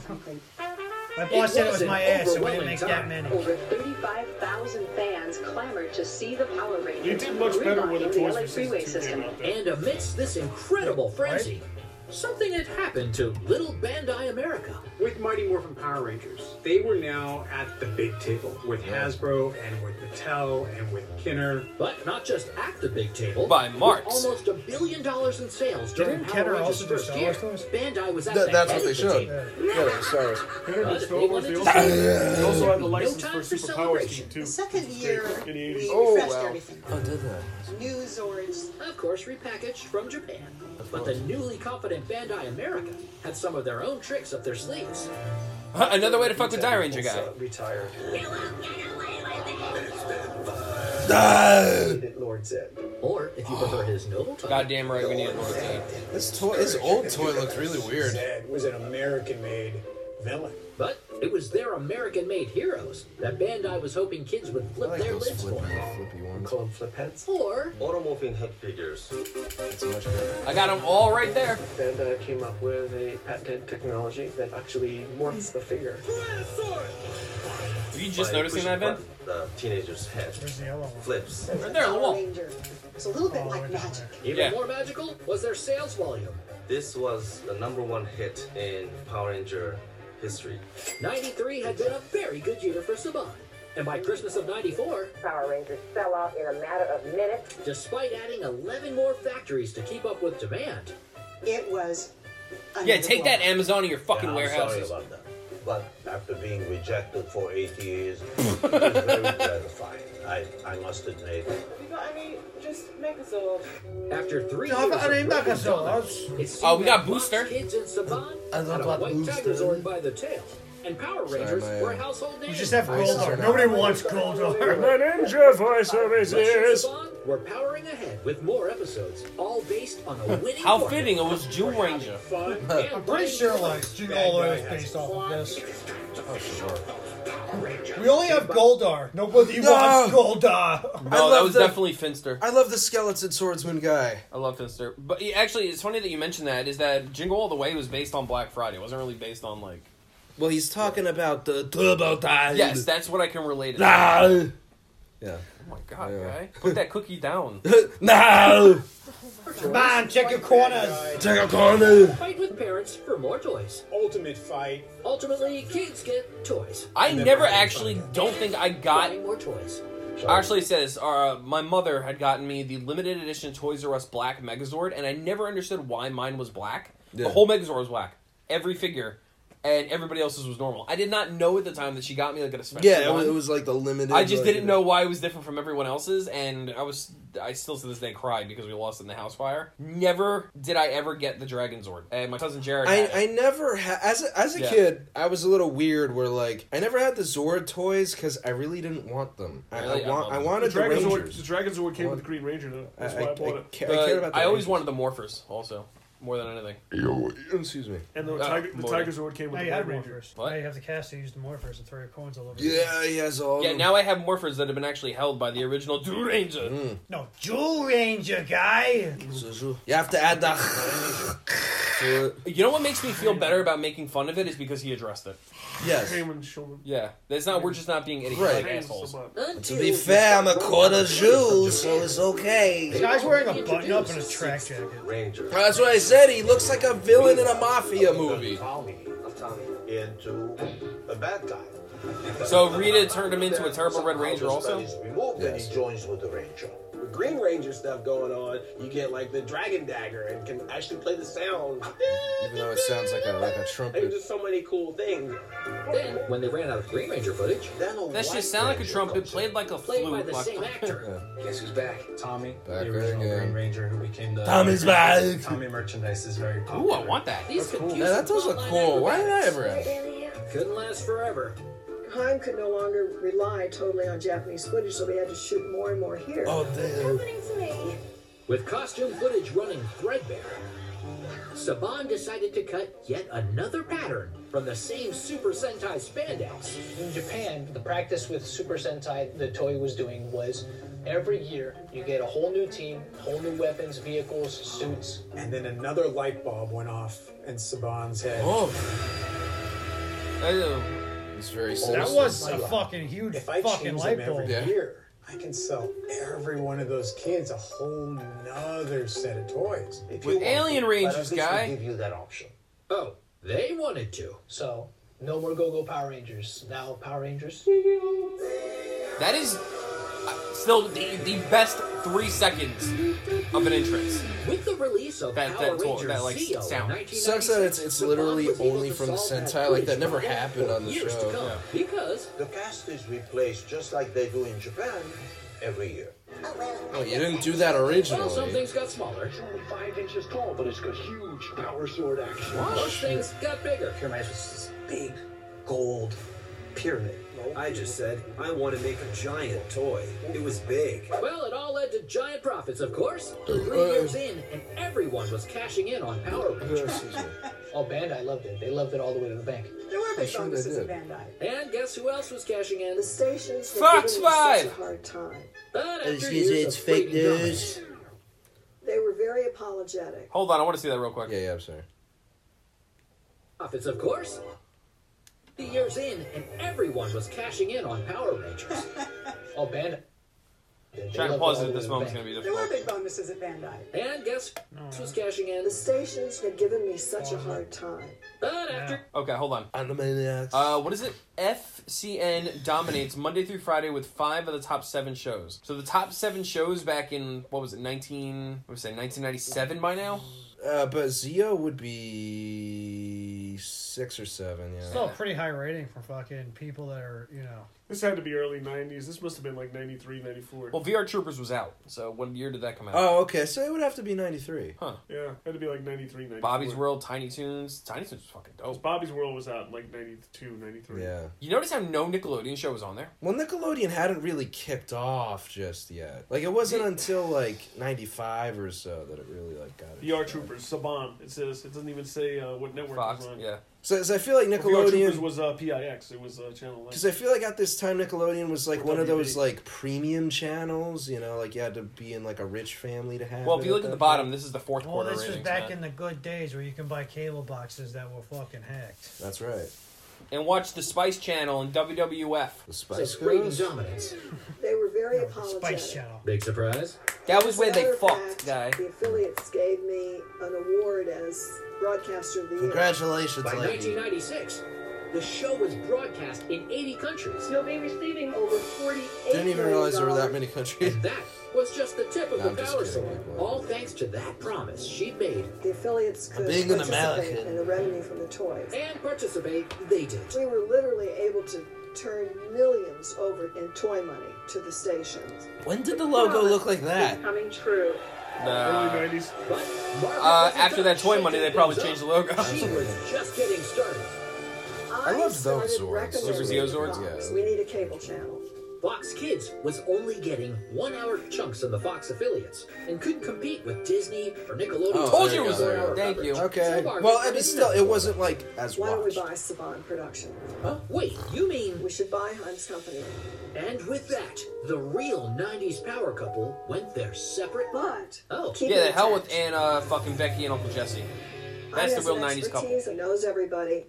my boss said it was
an
my ass, so we
overwhelming
didn't make
time.
that many.
Over 35,000 fans clamored to see the Power Rangers.
You did much better when the
relaunching
toys
LA
were
freeway system.
And amidst this incredible frenzy, something had happened to Little Bandai America.
With Mighty Morphin Power Rangers, they were now at the big table with Hasbro and with Mattel and with Kenner.
But not just at the big table.
By
With
March.
almost a billion dollars in sales during
Didn't
Power
Kenner
Rangers'
also do
first
Star
year.
Wars
Bandai was at
That,
the
that's
head
what they
of the
showed.
table.
Yeah, that was Star Wars.
They
They
also
wanted to
had the
No
license
time
for
for
Superpowers
celebration.
Team too.
The second year,
In the
we
80s.
refreshed everything.
Oh, did that?
New Zords.
Of course, repackaged from Japan. But the newly confident Bandai America had some of their own tricks up their sleeves.
Another way to fuck with Die Ranger guy.
Retired.
Lord Zed. Or, if you prefer his noble title.
Goddamn right, we need Lord Zed.
This toy, this old toy looks really weird.
was an American-made villain. But it was their American-made heroes that Bandai was hoping kids would flip their lids for.
Call them flip heads.
Or
Automorphine head figures. It's much better.
I got them all right there.
And uh, came up with a patented technology that actually morphs the figure.
Are you just noticing that, Ben?
The teenager's head flips.
Right there on the wall.
Ranger. It's a little bit like magic.
even more magical was their sales volume.
This was the number one hit in Power Ranger history.
93 had been a very good year for Saban. And by Christmas of 94,
Power Rangers sell out in a matter of minutes.
despite adding 11 more factories to keep up with demand,
It was.
Yeah, take that Amazon in your fucking
Yeah, I'm
warehouses.
Sorry about that. But after being rejected for eight years, it was very gratifying. I, I must admit.
You got any? Just make us all.
after three
No,
years
but I
of
didn't like
Brooklyn
us all.
dominance, it seemed
Oh, we got
that Fox
Booster?
Kids in Saban
I love
had a
that
white
Booster.
tiger Zorn by the tail, and Power
Sorry,
Rangers
my, uh,
were a household name.
You just have Goldar. Nobody wants Goldar.
The ninja voice services.
Saban were powering ahead with more episodes, all based on a winning.
How
formula
fitting it was Jew Ranger.
for fun and
I'm pretty sure like Jingle All the Way was based off of this. We only have Goldar. Nobody
No.
wants Goldar.
No, that was definitely Finster.
I love the skeleton swordsman guy.
I love Finster. But yeah, actually, it's funny that you mentioned that. Is that Jingle All the Way was based on Black Friday? It wasn't really based on like.
Well, he's talking about the turbo time.
Yes, that's what I can relate. it to.
Ah.
Yeah.
Oh my god, guy, put that cookie down.
No!
Come on, check your corners.
Check your corner.
Fight with parents for more toys. Ultimate fight. Ultimately, kids get toys.
I never actually don't think I got.
more toys.
Actually, it says uh, my mother had gotten me the limited edition Toys R Us black Megazord, and I never understood why mine was black.
Yeah.
The whole Megazord was black, every figure, and everybody else's was normal. I did not know at the time that she got me like a special.
Yeah, it was,
one.
it was like the limited.
I just
like,
didn't know why it was different from everyone else's, and I was I still to this day cry because we lost in the house fire. Never did I ever get the Dragon Zord, and my cousin Jared. had
I,
it.
I never ha- as a, as a
Yeah.
kid I was a little weird where like I never had the Zord toys because I really didn't want them. I,
Really?
I, want,
love
I
Uh-huh.
them.
wanted the, Rangers.
Zord, the Dragon Zord came with the Green Ranger. though. That's
I-
why I,
I-
bought
I
it.
ca- I care about the
I always
Rangers.
wanted the Morphers also. more than anything.
Excuse me.
And the,
Uh,
tiger, the
Morty.
Tiger Zord came with
Now
the
you
Red
had
Ranger.
Morphers. Now you have the cast who used the Morphers and throw your coins all over.
he has all.
Yeah, now I have morphers that have been actually held by the original Dude Ranger.
No, Jewel Ranger guy.
Hmm. You have to add that. to
it. You know what makes me feel better about making fun of it is because he addressed it.
Yes.
Heyman Schulman.
Yeah, that's not. We're just not being idiots,
Right.
like assholes.
To be fair, I'm a quarter Jew, so it's okay.
This guy's wearing a button up and a track jacket.
Ranger.
That's what I said. He looks like a villain in a mafia movie.
Into a bad guy.
So Rita turned him into a terrible Red Ranger, also.
Removed and he joins with the Ranger.
With Green Ranger stuff going on, you get like the Dragon Dagger and can actually play the sound.
Even though it sounds like a like a
There's
trumpet.
just so many cool things.
Then, when they ran out of Green Ranger footage, then a White
That shit sounded like a
Ranger
trumpet,
comes in,
played like a
played
flute.
by the same
Like-
actor.
Guess who's back? Tommy,
Back
the original
again.
Green Ranger who became the
Tommy's back.
Tommy merchandise is very popular.
Ooh, I want that.
These
Yeah, that does look cool. Why did I ever add? that?
Couldn't last forever.
Heim could no longer rely totally on Japanese footage, so we had to shoot more and more here.
Oh, damn.
With costume footage running threadbare, Saban decided to cut yet another pattern from the same Super Sentai spandex.
In Japan, the practice with Super Sentai the toy was doing was every year you get a whole new team, whole new weapons, vehicles, suits.
And then another light bulb went off in Saban's head.
Oh.
um,
It's very
That
sinister.
was
a fucking huge
If I
fucking
change
light
them every
bulb.
Yeah.
year, I can sell every one of those kids a whole nother set of toys. If you
With
want
Alien
to, but
Rangers,
at least we
guy.
give you that option.
Oh, they wanted to.
So no more Go Go Power Rangers. Now Power Rangers.
That is uh, still the, the best three seconds of an entrance.
With the release of
that,
Power
that, to-
Ranger
that like
Zeo in
sound.
1996,
Sucks that it's it's literally only from the Sentai. Like that never happened on the
years to come,
show.
because
The cast is replaced just like they do in Japan every year.
Oh, you didn't do that
well, some
originally.
things got smaller.
It's only five inches tall, but it's got huge power sword action.
Those things got bigger.
Your Majesty's
Big gold pyramid. I just said I want to make a giant toy. It was big.
Well, it all led to giant profits, of course. Three years in, and everyone was cashing in on Power Rangers.
Oh, Bandai loved it. They loved it all the way to the bank.
There were big
sure they
bonuses at
did.
Bandai.
And guess who else was cashing in?
The stations were
Fox
giving us such
Five!
a hard time.
But after
Excuse
years
me,
of
it's fake
breaking down-
news. They were very apologetic.
Hold on, I want to see that real quick.
Yeah, yeah, I'm sorry.
profits, of course. Three years in, and everyone was cashing in on Power Rangers.
Oh, Bandai.
Trying to pause it at this moment is going to be
There were
difficult.
big bonuses at Bandai.
And guess who was cashing in?
The stations had given me such a hard time.
But after
Okay, hold on. Uh, what is it? FCN dominates Monday through Friday with five of the top seven shows. So the top seven shows back in what was it, nineteen? What was it, nineteen ninety seven? By now,
Uh, but Zio would be six or seven. Yeah.
Still a pretty high rating for fucking people that are, you know.
This had to be early 90s. This must have been like 93, 94.
well, VR Troopers was out. So when year did that come out?
Oh, okay. So it would have to be ninety three.
huh.
yeah, had to be like 93, 94.
Bobby's World, Tiny Toons. Tiny Toons was fucking dope.
Bobby's World was out in like 92, 93.
Yeah.
You notice how no Nickelodeon show was on there?
Well, Nickelodeon hadn't really kicked off just yet. Like it wasn't until like ninety five or so that it really like got it.
VR Troopers, Saban. It says it doesn't even say uh, what network
Fox,
it was on.
yeah.
So, so I feel like
VR Troopers
Nickelodeon.
was uh, PIX. It was uh, Channel 11.
Because I feel like at this time Nickelodeon was like
Or
one of
E.
WB.
those like premium channels, you know, like you had to be in like a rich family to have.
Well,
it
if you look at
that
the
point.
bottom, this is the fourth
Well,
quarter
this was
ratings.
back
man.
in the good days where you can buy cable boxes that were fucking hacked.
That's right.
and watch the Spice Channel and WWF.
The
Spice Girls? dominance.
They were very apologetic.
Spice Channel.
Big surprise.
That was where they
Matter of
fucked, guy.
The affiliates gave me an award as broadcaster of the year.
Congratulations,
By
lady.
1996, the show was broadcast in 80 countries.
You'll be receiving over 48
Didn't even realize there were that many countries.
That was just the tip of
No,
the
I'm just
power
kidding,
sword. All thanks to that promise she made.
The affiliates could
being an
participate
American.
in the revenue from the toys.
And participate, they did.
We were literally able to turn millions over in toy money to the stations.
When did the logo look like that?
coming true.
Early 90s.
Uh, after that toy money, they probably changed the logo.
She was just getting started.
I,
love those
started
Zords.
recommending
Super Zeo Zords?
Fox.
Yeah.
We need a cable channel.
Fox Kids was only getting one hour chunks on the Fox affiliates and couldn't compete with Disney or Nickelodeon.
Oh, Told there you it was you go. loyal. Thank you.
So
Okay.
far,
Well,
we've
I mean,
been
still, it
enough.
wasn't like as
Why don't
watched.
we buy Saban Production?
Huh? Wait, you mean
we should buy Himes Company?
And with that, the real 90s power couple went their separate.
But
Oh,
yeah, the hell with Anna, fucking Becky, and Uncle Jesse. That's
I
the
has
real
some
90s couple.
expertise, He knows everybody.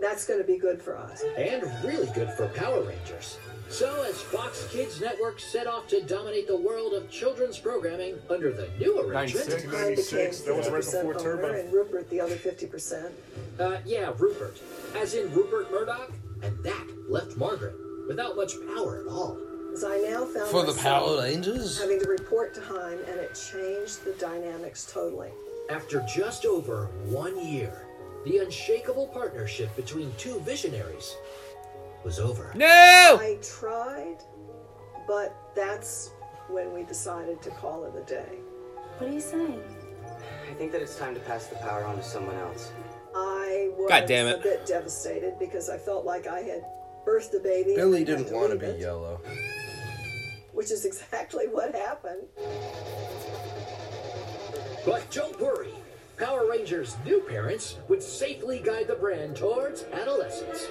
That's going to be good for us.
and really good for Power Rangers. So, as Fox Kids Network set off to dominate the world of children's programming under the new arrangement,
96, 96, that was right before Turbo.
And Rupert, the other fifty percent.
Uh, yeah, Rupert. As in Rupert Murdoch, and that left Margaret without much power at all.
As I now found
For the
myself
Power Rangers?
having to report to Heim, and it changed the dynamics totally.
After just over one year, the unshakable partnership between two visionaries was over.
I tried, but that's when we decided to call it a day.
What are you saying? I think that it's time to pass the power on to someone else.
I was
God damn it.
a bit devastated because I felt like I had birthed a baby. and
Billy
had
didn't
to
want to
leave
be
it,
yellow.
Which is exactly what happened.
But don't worry, Power Rangers' new parents would safely guide the brand towards adolescence.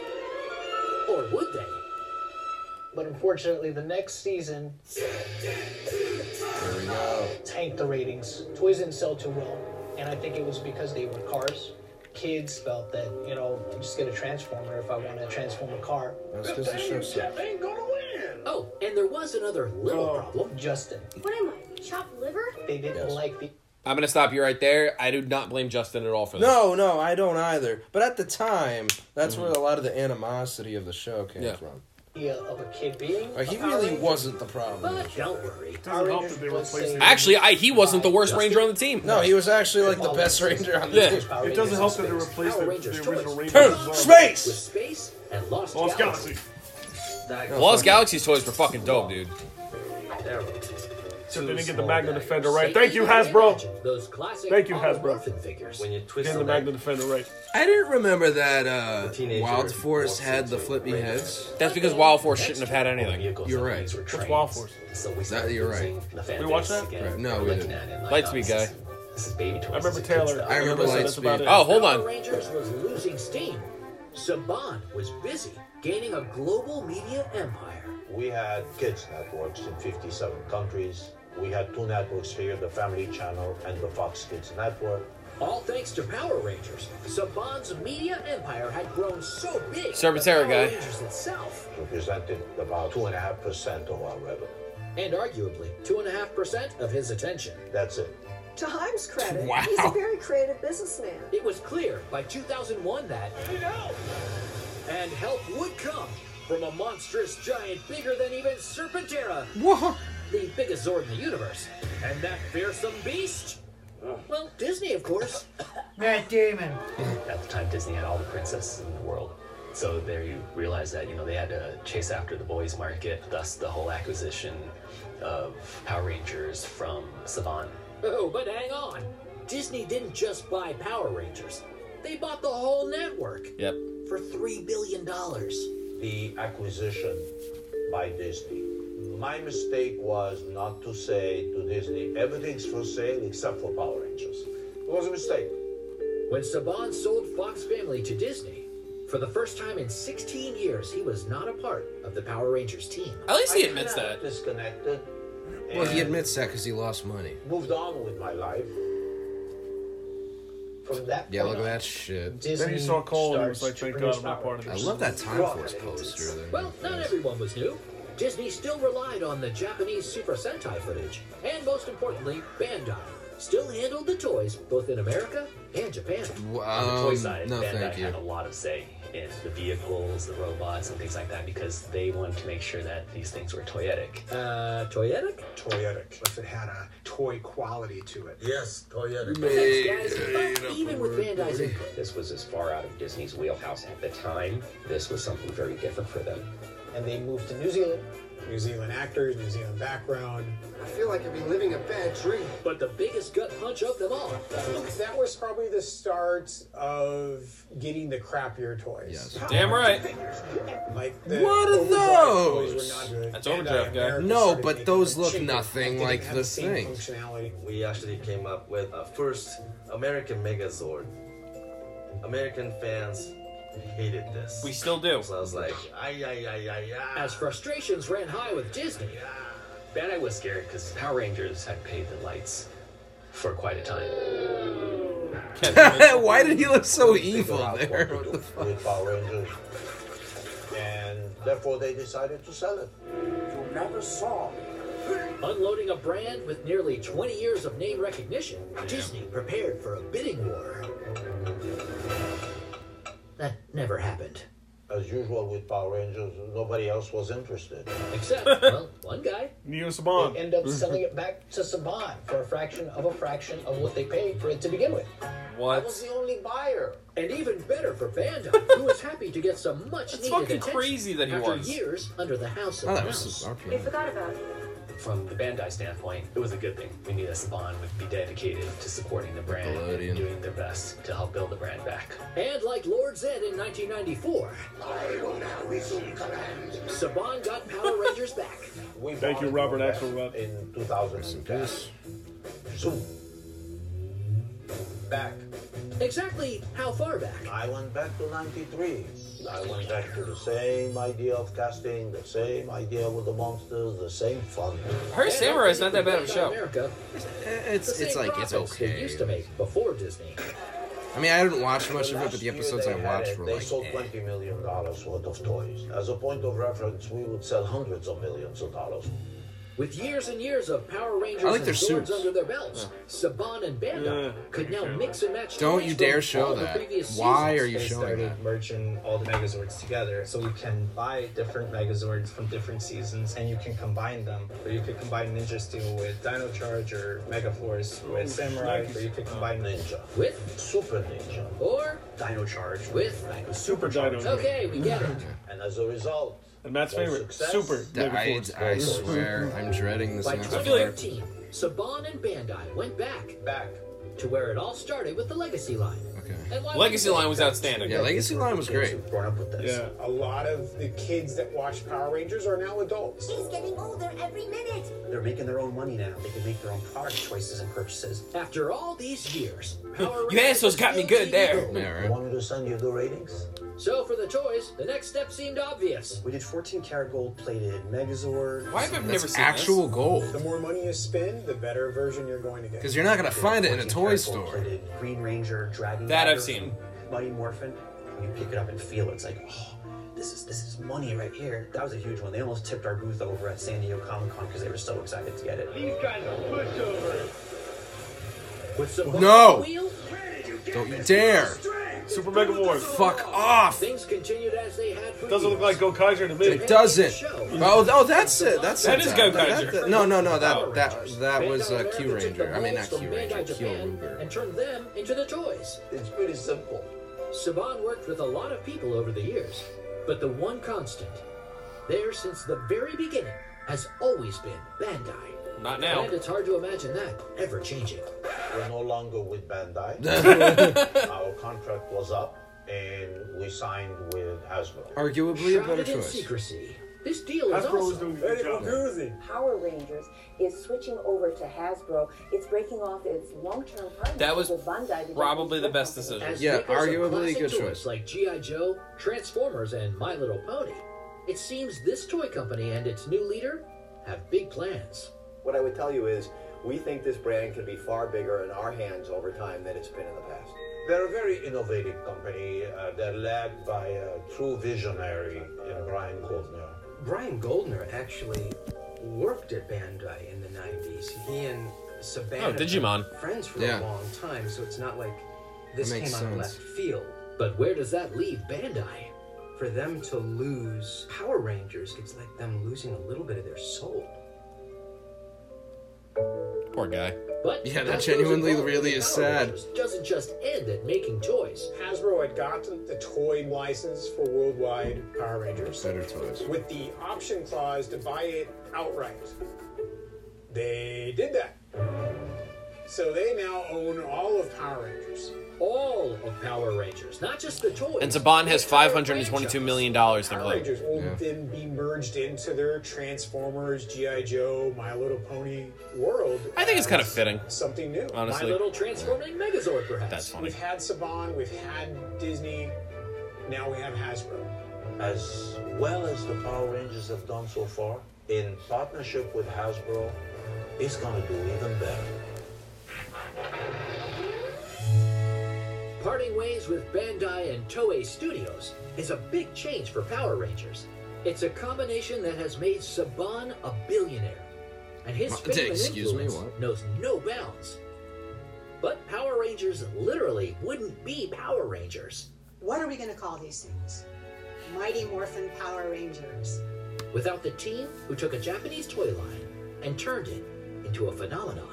Or would they?
But unfortunately, the next season
There we go.
tanked the ratings. Toys didn't sell too well, and I think it was because they were cars. Kids felt that you know I'm just get a transformer if I want to transform a car.
That's 'cause the show sucked.
Oh, and there was another
Oh.
little
Oh.
problem.
Justin.
What am I? Chopped liver?
They didn't like the
I'm gonna stop you right there. I do not blame Justin at all for this.
No, no, I don't either. But at the time, that's where a lot of the animosity of the show came
Yeah.
from.
idea of a kid being.
Like, he
a Power
really
Ranger.
wasn't the problem.
But
don't worry.
Power Rangers was saved.
Actually, I, he wasn't the worst Ranger on the team.
No, he was actually like the best ranger on the
Yeah.
team.
It doesn't help that they
Power Rangers toys.
Turn space.
With space and Lost,
Lost
Galaxy.
Well, Lost Galaxy's toys were fucking dope, dude.
Except they didn't get the Magnum Defender right. Thank you, Hasbro.
Those classic
Thank you,
Autobot
Hasbro.
Figures.
When you twist the Magnum Defender right.
I didn't remember that uh,
teenager
Wild Force had the flippy heads.
That's because Wild Force shouldn't have had anything.
You're right.
What's Wild Force?
That, you're right.
We watched that?
Right, No, we didn't.
Lightspeed guy.
This is baby
I remember Taylor.
I remember
That's about
Lightspeed.
it.
Oh, hold on.
Power Rangers was losing steam. Saban was busy gaining a global media empire.
We had kids networks in 57 countries. We had two networks here, the Family Channel and the Fox Kids Network.
All thanks to Power Rangers, Saban's media empire had grown so big.
Serpentera
that Power
guy.
Rangers itself,
Represented about 2.5% of our revenue.
and arguably two and a half percent of his attention.
That's it.
To Heim's credit, he's a
Wow.
very creative businessman.
It was clear by 2001 that. And help would come from a monstrous giant bigger than even Serpentera. The biggest Zord in the universe. And that fearsome beast? Well, Disney, of course.
Matt Damon.
At the time, Disney had all the princesses in the world. So they realized that, you know, they had to chase after the boys' market, thus the whole acquisition of Power Rangers from Saban.
Oh, but hang on. Disney didn't just buy Power Rangers, they bought the whole network
Yep.
for $3 billion.
The acquisition by Disney. My mistake was not to say to Disney, everything's for sale except for Power Rangers. It was a mistake.
When Saban sold Fox Family to Disney, for the first time in 16 years, he was not a part of the Power Rangers team.
At least he
I
admits
kinda
that.
Disconnected.
Well, he
and
admits that because he lost money.
Moved on with my life.
From that
Yeah, look
point
at
on,
that shit.
Disney
Then he saw Cole and he was like,
starts to
thank
produce
God I'm not
Power
part of
I
this.
love that Time Force poster. There.
Well, not everyone was new. Disney still relied on the Japanese Super Sentai footage, and most importantly, Bandai still handled the toys both in America and Japan.
On the toy
Um,
side,
no,
Bandai
thank you.
had a lot of say in the vehicles, the robots, and things like that because they wanted to make sure that these things were toyetic.
Uh, Toyetic?
Toyetic. If it had a toy quality to it.
Yes, toyetic.
even with Bandai's input,
This was as far out of Disney's wheelhouse at the time. This was something very different for them.
and they moved to New Zealand.
New Zealand actors, New Zealand background.
I feel like I've been living a bad dream. But the biggest gut punch of them all.
That was probably the start of getting the crappier toys.
Damn right.
Like the
What are
overdraft
those?
Toys were not good.
That's
And, uh,
overdraft, guy.
America
No,
started
but
making
those
them
look
cheaper.
nothing
they
like
didn't have
this
the same
thing.
Functionality.
We actually came up with a first American Megazord. American fans hated this.
We still do.
So I was like, ay, ay, ay, ay, ay.
As frustrations ran high with Disney,
And I was scared because Power Rangers had paid the lights for quite a time.
Why did he look so evil there? What the fuck?
with Power Rangers. And therefore they decided to sell it.
you never saw me. Unloading a brand with nearly 20 years of name recognition, Disney prepared for a bidding war. That never happened.
As usual with Power Rangers, nobody else was interested.
Except, well, one guy.
Neo Saban.
They end up selling it back to Saban for a fraction of a fraction of what they paid for it to begin with.
I was the only buyer. And even better for Vanda, who was happy to get some much needed
fucking
attention
crazy that he
after
was.
years under the house of mouse.
They
forgot about it.
From the Bandai standpoint, it was a good thing. We knew that Saban would be dedicated to supporting the brand and doing their best to help build the brand back.
And like Lord Zed in 1994, I will now resume command. Saban got Power Rangers back.
We
Thank you, Robert Axelrod.
In 2010. Soon. Back.
Exactly how far back?
I went back to 93. I went back to the same idea of casting, the same idea with the monsters, the same fun.
Her Samurai is not that bad of a show.
America.
It's-
The
it's
same
like, it's
profits they
okay.
used to make before Disney.
I mean, I didn't watch much of it, but the episodes I
They had
watched
it,
were
they
like, eh.
sold 20 million dollars worth of toys. As a point of reference, we would sell hundreds of millions of dollars.
With years and years of Power Rangers
I like
and
their
swords
suits.
under their belts, Saban and Bandai could now mix and match.
Don't
toys
you dare
from
show
all the
that.
previous
Why
seasons.
are you
they
showing
started
that?
merging all the Megazords together, so you can buy different Megazords from different seasons, and you can combine them. Or you could combine Ninja Steel with Dino Charge or Mega Force with Samurai, or you could combine Ninja
with
Super Ninja
or
Dino Charge
with
Super Dino.
Okay, we get it.
And as a result,
And Matt's favorite, Super
That- I,
Megaforce.
I swear, I'm dreading this
By
next part.
2013, Saban and Bandai went back
back
to where it all started with the Legacy line. And why would
Legacy
you
line
say
was
that?
outstanding.
Yeah, Legacy line was great.
Yeah. A lot of the kids that watch Power Rangers are now adults.
She's getting older every minute.
They're making their own money now. They can make their own product choices and purchases.
After all these years,
You assholes got me good there.
Want me to send you the ratings?
So for the toys, the next step seemed obvious.
We did 14 karat gold plated Megazord.
Why have I
That's never seen actual this? gold.
The more money you spend, the better version you're going to get.
Because you're not going to find it in a toy store.
Plated Green Ranger, Dragon.
That I've
Rider,
seen.
Mighty Morphin. When you pick it up and feel it, it's like, oh, this is this is money right here. That was a huge one. They almost tipped our booth over at San Diego Comic Con because they were so excited to get it. These guys are pushovers.
With some
No!
wheel,
Don't you dare!
Super Mega Wars.
Fuck off!
things continued as they had for
Doesn't look like Go Kaiser in the mid.
It doesn't. Oh, oh, that's it. That's
That
it.
is Go
That-
Kaiser.
that- no, no, no. That that that was uh, Q Ranger. I mean, not Q Ranger. Q Ruger.
and turned them into the toys.
It's pretty simple.
Saban worked with a lot of people over the years, but the one constant, there since the very beginning, has always been Bandai.
Not now.
And it's hard to imagine that ever changing.
We're no longer with Bandai. Our contract was up, and we signed with Hasbro.
Arguably a better
Shrouded in
choice.
secrecy. This deal is awesome.
Power Rangers is switching over to Hasbro. It's breaking off its long-term partnership
That was
with Bandai.
Probably the best
Uh,
decision.
As big as classic toys Like G.I. Joe, Transformers, and My Little Pony, it seems this toy company and its new leader have big plans.
What I would tell you is, we think this brand can be far bigger in our hands over time than it's been in the past.
They're a very innovative company. Uh, they're led by a true visionary in Brian Goldner.
Brian Goldner actually worked at Bandai in the 90s. He and Saban
Oh,
have been
Digimon.
friends for
Yeah.
a long time, so it's not like this
That
came
makes
out of
sense.
left field.
But where does that leave Bandai?
For them to lose Power Rangers, it's like them losing a little bit of their soul.
Poor guy.
But
Yeah, that
Hasbro's
genuinely
involvement
really
in
is
Power
sad.
Rangers Doesn't just end at making toys.
Hasbro had gotten the toy license for worldwide Power Rangers.
Better toys.
With the option clause to buy it outright. They did that. So they now own all of Power Rangers.
All of Power Rangers, not just the toys.
And Saban has five hundred and twenty-two million dollars in
Power
their club.
Rangers will then be merged into their Transformers, G.I. Joe, My Little Pony world.
I think it's
as
kind of fitting.
something new.
Honestly. My Little Transforming
Megazord, perhaps.
That's funny.
We've had Saban, we've had Disney, now we have Hasbro.
As well as the Power Rangers have done so far, in partnership with Hasbro, it's gonna do even better.
Parting ways with Bandai and Toei Studios is a big change for Power Rangers. It's a combination that has made Saban a billionaire, and his
What?
fame and
Excuse me,
influence
what?
knows no bounds. But Power Rangers literally wouldn't be Power Rangers
What are we going to call these things? Mighty Morphin Power Rangers.
without the team who took a Japanese toy line and turned it into a phenomenon.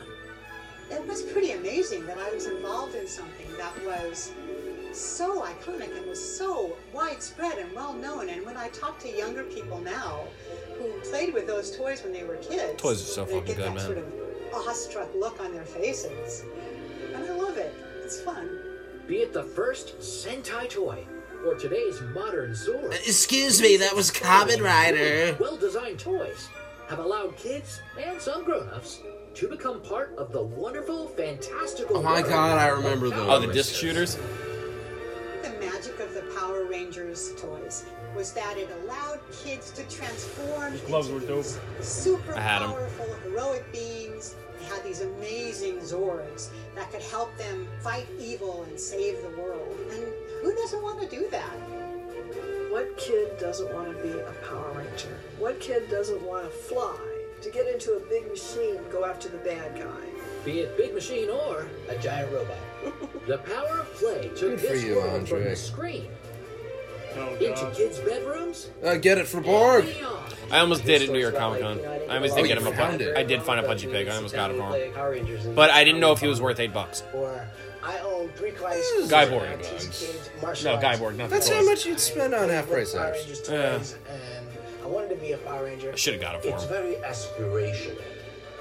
It was pretty amazing that I was involved in something that was so iconic and was so widespread and well known. And when I talk to younger people now who played with those toys when they were kids,
Toys are so
they
fucking
get
good,
that
man.
sort of awestruck look on their faces. And I love it. It's fun.
Be it the first Sentai toy or today's modern sword.
Excuse me, that was Kamen Rider.
Well designed toys have allowed kids and some grown ups to become part of the wonderful, fantastical.
Oh my
world
god, I remember
of
those.
Power
Oh, the disc shooters.
The magic of the Power Rangers toys was that it allowed kids to transform
Gloves were dope.
super
I had 'em.
powerful heroic beings. They had these amazing Zords that could help them fight evil and save the world. And who doesn't want to do that?
What kid doesn't want to be a Power Ranger? What kid doesn't want to fly? To get into a big machine and go after the bad guy?
Be it Big Machine or a giant robot. the power of play took
Good for
this
you,
world from
Andre.
the screen into kids' bedrooms.
Uh, get it for Borg.
I almost did at New York Comic Con. I almost did
Oh,
get
you
him a
found
pun.
it.
I did find a punchy pig. I almost got it for him.
Power Rangers.
But I didn't know if he was worth eight bucks.
Or I own three classes. of
Guy
martial
Borg.
arts, martial
No,
arts.
Guy Borg, not the
That's
toys.
how much-
What you'd spend on half price
Power
apps?
Rangers
Yeah.
toys, and I wanted to be a Power Ranger.
I should've got it for
It's
him.
very aspirational.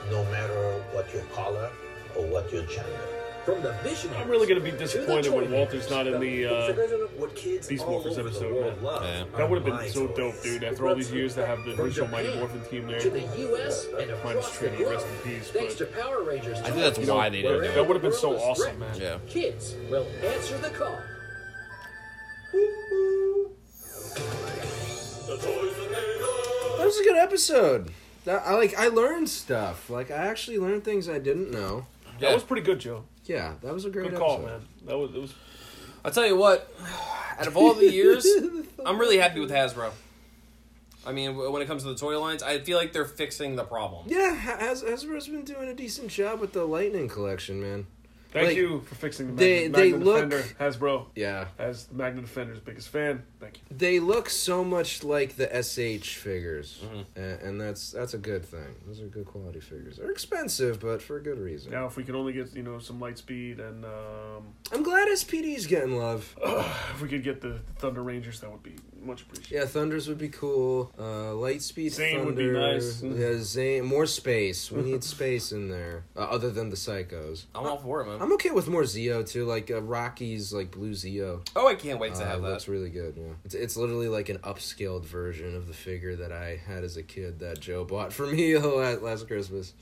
Aspirational, no matter what your color or what your gender.
From the vision,
I'm really gonna be disappointed when Walter's not in the uh, Beast Morphers episode. man. That would have been so dope, dude. After all these years to have the original Mighty Morphin team there,
to the U.S. and
minus
across the
Trinity,
globe.
rest in peace.
Thanks to Power Rangers.
I think that's
toys,
why they did it.
wherever
That would have been
the
so
world is
awesome,
threatened,
man.
Yeah.
Kids will answer the call.
That was a good episode. That- I like. I learned stuff. Like I actually learned things I didn't know.
That was pretty good, Joe.
Yeah, that was a great
Good call,
episode.
man. That was it was
I'll tell you what, out of all the years, I'm really happy with Hasbro. I mean, w- when it comes to the toy lines, I feel like they're fixing the problem.
Yeah, Ha- Has- Hasbro's been doing a decent job with the Lightning collection, man.
Thank
Like,
you for fixing the
they-
Magnum,
they
Magnum
look-
Defender, Hasbro.
Yeah.
As the Magnum Defender's biggest fan. Thank you.
They look so much like the SH figures,
Mm-hmm.
A- and, that's that's a good thing. Those are good quality figures. They're expensive, but for a good reason.
Now, if we could only get you know some light speed and um,
I'm glad SPD's getting love.
if we could get the, Thunder Rangers, that would be much appreciated.
Yeah, Thunders would be cool. Uh, Lightspeed
Zane
Thunder.
would be nice.
Yeah, Zane. More space. We need space in there, uh, other than the Psychos.
I'm all for it, man.
I'm okay with more Zeo too, like uh, Rocky's like blue Zeo.
Oh, I can't wait to have that.
That's really good. Yeah, it's, it's literally like an upscaled version of the figure that I had as a kid that Joe bought for me last, last Christmas.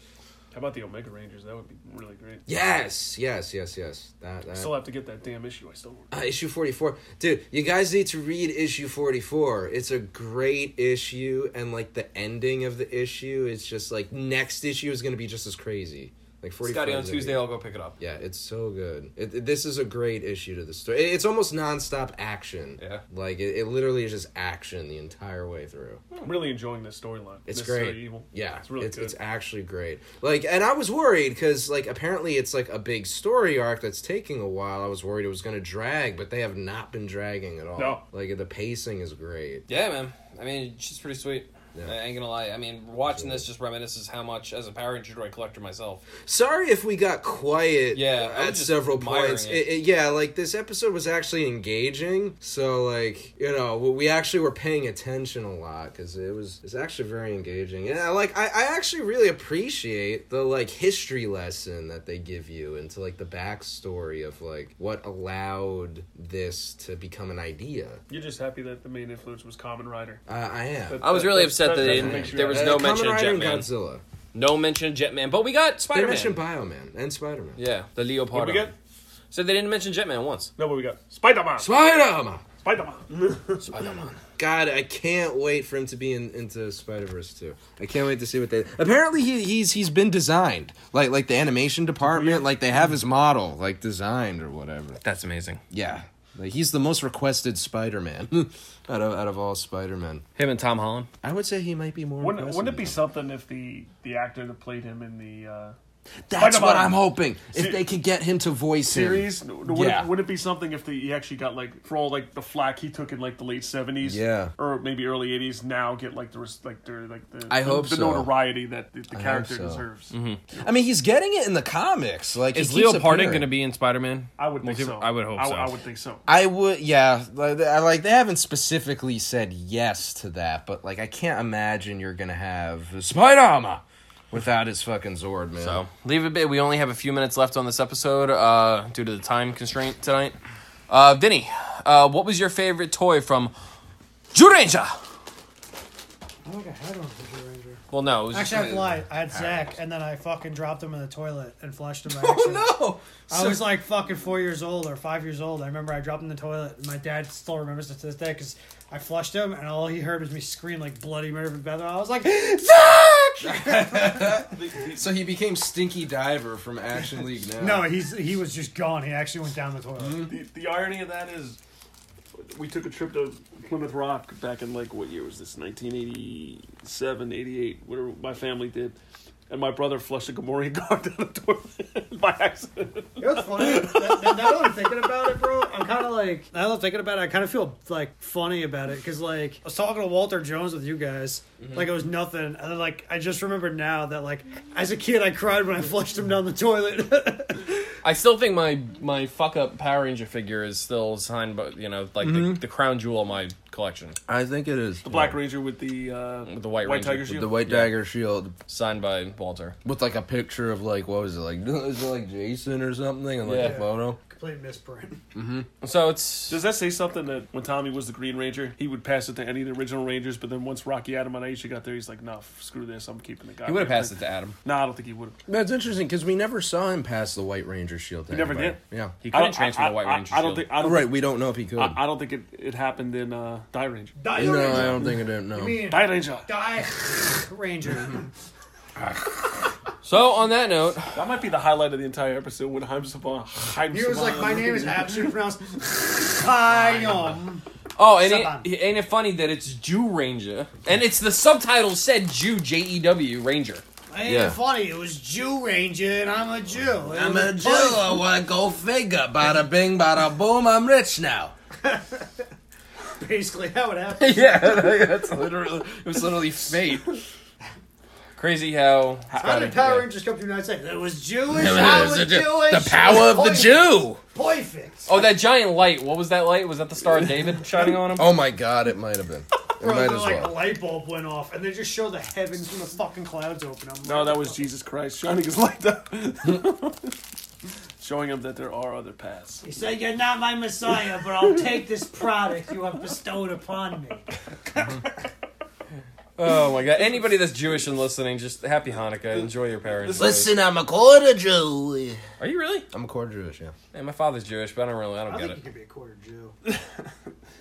How about the Omega Rangers? That would be really great.
Yes, yes, yes, yes. That,
I
that.
still have to get that damn issue. I still want.
Uh, issue 44. Dude, you guys need to read issue 44. It's a great issue, and like the ending of the issue, it's just like next issue is going to be just as crazy. Like 44.
Scotty on
is gonna be-
Tuesday, I'll go pick it up.
Yeah, it's so good. It, it- this is a great issue to the story. It- it's almost nonstop action.
Yeah.
Like, it, it literally is just action the entire way through.
I'm really enjoying this storyline.
It's
This, uh,
great.
evil.
Yeah,
it's really
it's,
good.
it's actually great. Like, and I was worried because like apparently it's like a big story arc that's taking a while. I was worried it was going to drag, but they have not been dragging at all.
No.
Like the pacing is great.
Yeah, man. I mean, she's pretty sweet. I ain't gonna lie. I mean, watching this just reminisces how much, as a Power Ranger toy collector myself,
Sorry if we got quiet
Yeah, I was
at
just
several
admiring
points.
it.
It- it- yeah, like this episode was actually engaging. So like, you know, we- we actually were paying attention a lot cuz it was it's actually very engaging. And I like I, I actually really appreciate the like history lesson that they give you into like the backstory of like what allowed this to become an idea.
You're just happy that the main influence was Common Rider.
Uh, I am.
I was really
That-
upset that they
doesn't make you
didn't,
Uh,
there was
happy.
no mention of
Rider and
Jetman.
Godzilla.
No mention of Jetman, but we got Spider
They
Man.
mentioned Bioman and Spider-Man.
yeah, the Leopardo.
What we got?
So they didn't mention Jetman once.
No, what we got? Spider Man.
Spider-Man.
Spider-Man.
Spider-Man. God, I can't wait for him to be in, into Spider Verse too. I can't wait to see what they. Apparently, he, he's he's been designed, like like the animation department, like they have his model, like designed or whatever.
That's amazing.
Yeah, like he's the most requested Spider Man out of out of all Spider Men.
Him and Tom Holland.
I would say he might be more.
Wouldn't,
requested
wouldn't it
than
be something if the the actor that played him in the uh,
that. That's
Spider-Man
what I'm hoping. If
se-
they could get him to voice
series?
him.
Would, it, would it be something if the, he actually got like for all like the flack he took in like the late seventies,
Yeah.
or maybe early eighties? Now get like the res- like their like the
I
the,
hope
the
so.
notoriety that the, the
I hope
character
so.
deserves.
I mean, he's getting it in the comics. Like,
Is
he keeps
Leo Pardo
appearing.
going to be in Spider Man?
I would think so.
I would hope
I,
so.
I would think so.
I would, yeah. Like, I like they haven't specifically said yes to that, but like I can't imagine you're gonna have Spider-Man without his fucking Zord, man.
So leave it be. We only have a few minutes left on this episode uh, due to the time constraint tonight. Uh, Vinny, uh, what was your favorite toy from Juranger?
I don't think I had one for Blue Ranger.
Well, no. It was
Actually, I have lied. I had Zach, and then I fucking dropped him in the toilet and flushed him. Oh
no!
I
So-
was like fucking four years old or five years old. I remember I dropped him in the toilet, and my dad still remembers it to this day because I flushed him, and all he heard was me scream like bloody murder from Bethel. I was like, Zach!
so he became Stinky Diver from Action League now.
no, he's he was just gone. He actually went down the toilet.
The, the irony of that is, we took a trip to Plymouth Rock back in like what year was this? 1987, 88, whatever my family did. And my brother flushed a Gamorrean guard down the toilet by accident.
You know what's funny? That- that- now that I'm thinking about it, bro, I'm kind of like, now that I'm thinking about it, I kind of feel like funny about it because, like, I was talking to Walter Jones with you guys,
Mhm.
like, it was nothing. And then, like, I just remembered now that, like, as a kid, I cried when I flushed him down the toilet.
I still think my my fuck up Power Ranger figure is still signed, but you know, like the,
Mhm.
the crown jewel of my collection.
I think it is
The Black Ranger with the uh,
With the White, Ranger.
Tiger shield.
the White
Yeah.
Dagger shield
signed by Walter.
with like a picture of like what was it like? Is it like Jason or something? And like
Yeah.
a photo.
Complete misprint.
Mm-hmm.
So it's
Does that say something that when Tommy was the Green Ranger, he would pass it to any of the original Rangers, but then once Rocky Adam and Aisha got there, he's like, "No, f- screw this, I'm keeping the guy."
He would've passed it to Adam.
No, I don't think he would have.
That's interesting because we never saw him pass the White Ranger shield. To
He never
anybody.
did.
Yeah,
He couldn't I don't- transfer I- the White I- Ranger I don't shield. think- I don't
right,
think-
we don't know if he could.
I, I don't think it, it happened in uh, Die Ranger.
Die
No, Ranger. I don't think it did, no. You mean-
Die Ranger.
Die Ranger.
So on that note,
that might be the highlight of the entire episode when Himes upon Himes
He was like,
upon-
my name is absolutely pronounced Hyam.
Oh, and
Saban.
it, ain't it funny that it's Jew Ranger, and it's the subtitle said Jew J E W Ranger.
Ain't it funny? It was Jew Ranger, and I'm a Jew.
I'm a Jew. I want to go figure. Bada bing, bada boom. I'm rich now.
Basically, how it happened.
that's literally it was literally fate. Crazy how
How did Power Rangers come to the United States? It was Jewish.
There
I
it is.
was
The- the
Jewish.
power of the
Perfect.
Jew.
Perfect.
Oh, that giant light! What was that light? Was that the star of David shining on him?
Oh my god, it might have been. It
Bro,
might
then,
as
like
well.
a light bulb went off, and they just show the heavens when the fucking clouds open. I'm
No, that was Jesus Christ shining his light up, showing him that there are other paths.
He said, "You're not my Messiah, but I'll take this product you have bestowed upon me."
Oh my God! Anybody that's Jewish and listening, just happy Hanukkah. Enjoy your parents.
Listen, I'm a quarter Jew.
Are you really?
I'm a quarter Jewish, yeah.
Hey, my father's Jewish, but I don't really. I don't
I
get it.
think you can be a quarter Jew.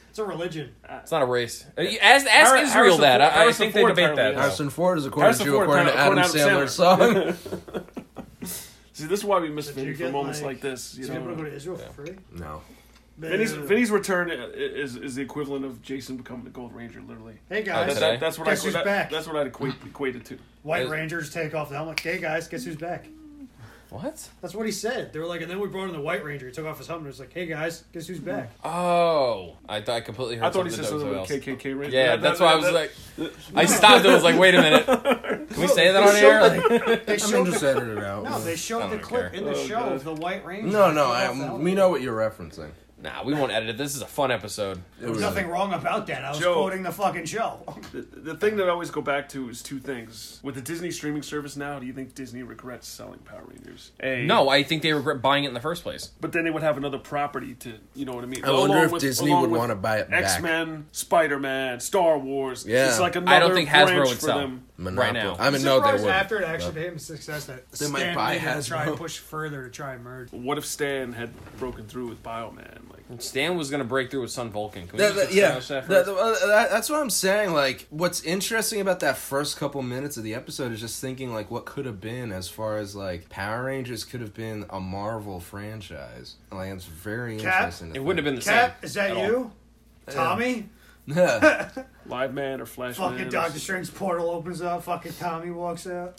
it's a religion.
It's not a race. Uh, you- Ask, ask
Harri-
Israel
Harrison
that.
Ford-
I, I
Harrison
think they
Ford
debate that.
apparently
though.
Harrison Ford is a quarter
Harrison
Jew
Ford,
according to Adam,
according to Adam
Sandler's
Sandler.
song.
See, this is why we miss Vinny
you
for
get,
moments
like-
like, this. You
so
know,
you wanna go to Israel for free?
No.
Vinny's,
Boo.
Vinny's return i- is is the equivalent of Jason becoming the Gold Ranger, literally.
Hey, guys.
That-
Oh,
that- that's what
Guess
I
who's
that-
back?
that's what I'd equate equate it to.
White Rangers take off the helmet. Hey guys, guess who's back?
What?
That's what he said. They were like, and then we brought in the White Ranger. He took off his helmet. It was like, hey guys, guess who's back?
Oh, I thought I completely heard.
I thought he
something
said
that
something
was
with
else.
KKK right
Yeah,
there.
that's
That-
why I
that-
was like,
that-
I stopped. and was like, wait a minute, can we say that on air?
They showed the- No,
out.
they
I
showed the
don't
clip
care.
in the
Oh,
show
God.
of the White Ranger.
No, no,
They took off the
I,
helmet.
we know what you're referencing.
Nah, we won't edit it. This is a fun episode.
There was nothing wrong about that. I was
Joe.
quoting the fucking show.
The, the thing that I always go back to is two things. With the Disney streaming service now, do you think Disney regrets selling Power Rangers? A,
No, I think they regret buying it in the first place.
But then they would have another property to, you know what I mean?
I wonder
Along
if Disney
along
would
with
wanna buy it back.
X-Men, Spider-Man, Star Wars.
Yeah.
It's like another
I don't think Hasbro
branch
would
for
sell
them.
Monopoly. right now.
I'm
I mean, no, they
surprised
would.
after it actually became a success that
They might
Stan
buy
needed to try and
Hasbro.
push further to try and merge.
What if Stan had broken through with Bioman? Like
Stan was gonna break through with Sun Vulcan. Can we
That-
just
that- yeah,
establish that
That-
first?
that- that- that's what I'm saying. Like, what's interesting about that first couple minutes of the episode is just thinking like what could have been as far as like Power Rangers could have been a Marvel franchise. Like, it's very
Cap,
interesting.
Cap, is that you?
Yeah.
Tommy?
Yeah.
Live Man or Flash Man?
Fucking
or
Doctor Strange's portal opens up. Fucking Tommy walks out.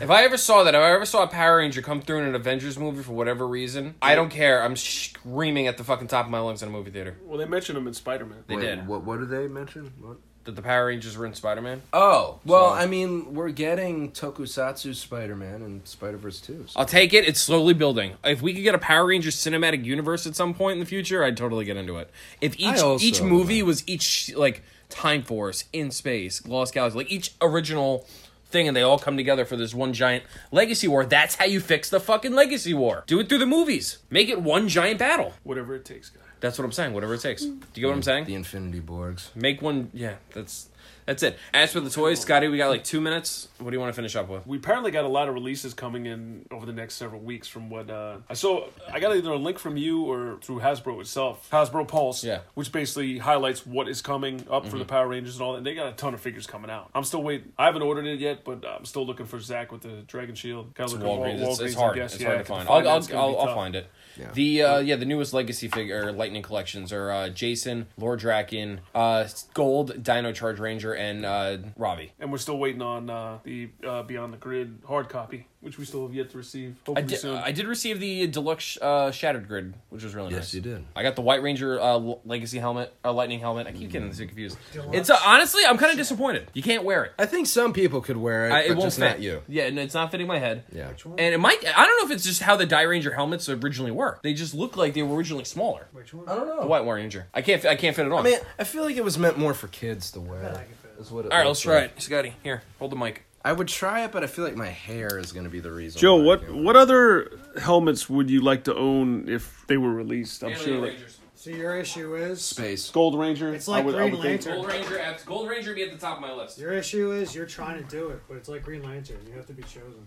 If I ever saw that, if I ever saw a Power Ranger come through in an Avengers movie for whatever reason, I don't care. I'm screaming at the fucking top of my lungs in a movie theater.
Well, they mentioned him in Spider Man.
They did.
What What did they mention? What?
That the Power Rangers were in Spider Man.
Oh well, I mean, we're getting Tokusatsu Spider Man and Spider Verse two. so-
I'll take it. It's slowly building. If we could get a Power Rangers cinematic universe at some point in the future, I'd totally get into it. If
I
each
also
each movie was each like Time Force in space, Lost Galaxy, like each original thing, and they all come together for this one giant legacy war. That's how you fix the fucking legacy war. Do it through the movies. Make it one giant battle.
Whatever it takes, guys.
That's what I'm saying. Whatever it takes. Do you get what I'm saying? The
Infinity Borgs.
Make one. Yeah, that's that's it. As for the toys, Scotty, we got like two minutes. What do you want to finish up with?
We apparently got a lot of releases coming in over the next several weeks from what uh, I saw. I got either a link from you or through Hasbro itself, Hasbro Pulse,
Yeah.
which basically highlights what is coming up for the
Mhm.
Power Rangers and all that. And they got a ton of figures coming out. I'm still waiting. I haven't ordered it yet, but I'm still looking for Zach with the Dragon Shield. Got
It's
to look
Walgreens.
at Wal-
It's,
Walgreens,
it's hard.
I guess.
it's
yeah,
hard to
I can
find. I'll,
it's
I'll,
gonna be
I'll, I'll
tough.
find it. The uh, yeah, the newest legacy figure, lightning collections are uh, Jason, Lord Draken, uh, Gold, Dino Charge Ranger, and uh, Robbie.
And we're still waiting on uh, the uh, Beyond the Grid hard copy, which we still have yet to receive.
I
Hopefully
did,
soon.
I did receive the deluxe uh, Shattered Grid, which was really nice.
Yes, you did.
I got the White Ranger uh, L- Legacy helmet, uh, Lightning helmet. I keep getting this confused.
Deluxe.
It's uh, honestly, I'm kind of disappointed. You can't wear it.
I think some people could wear it,
I,
but
it won't
just
fit.
not you.
Yeah, and it's not fitting my head.
Yeah.
And it might. I don't know if it's just how the Die Ranger helmets originally were. They just look like they were originally smaller.
Which one?
I don't know.
The White War Ranger. I can't. I can't fit it on.
I mean, I feel like it was meant more for kids to wear. Is what it
All right, let's
looks
try
like.
it, Scotty. Here, hold the mic.
I would try it, but I feel like my hair is going to be the reason.
Joe,
why I
what
can't.
what other helmets would you like to own if they were released? I'm sure like
So your issue is
space
Gold Ranger.
It's like
I would- I
Green
would think-
Lantern. Gold
Ranger. At, Gold Ranger be at the top of my list.
Your issue is you're trying to do it, but it's like Green Lantern. You have to be chosen.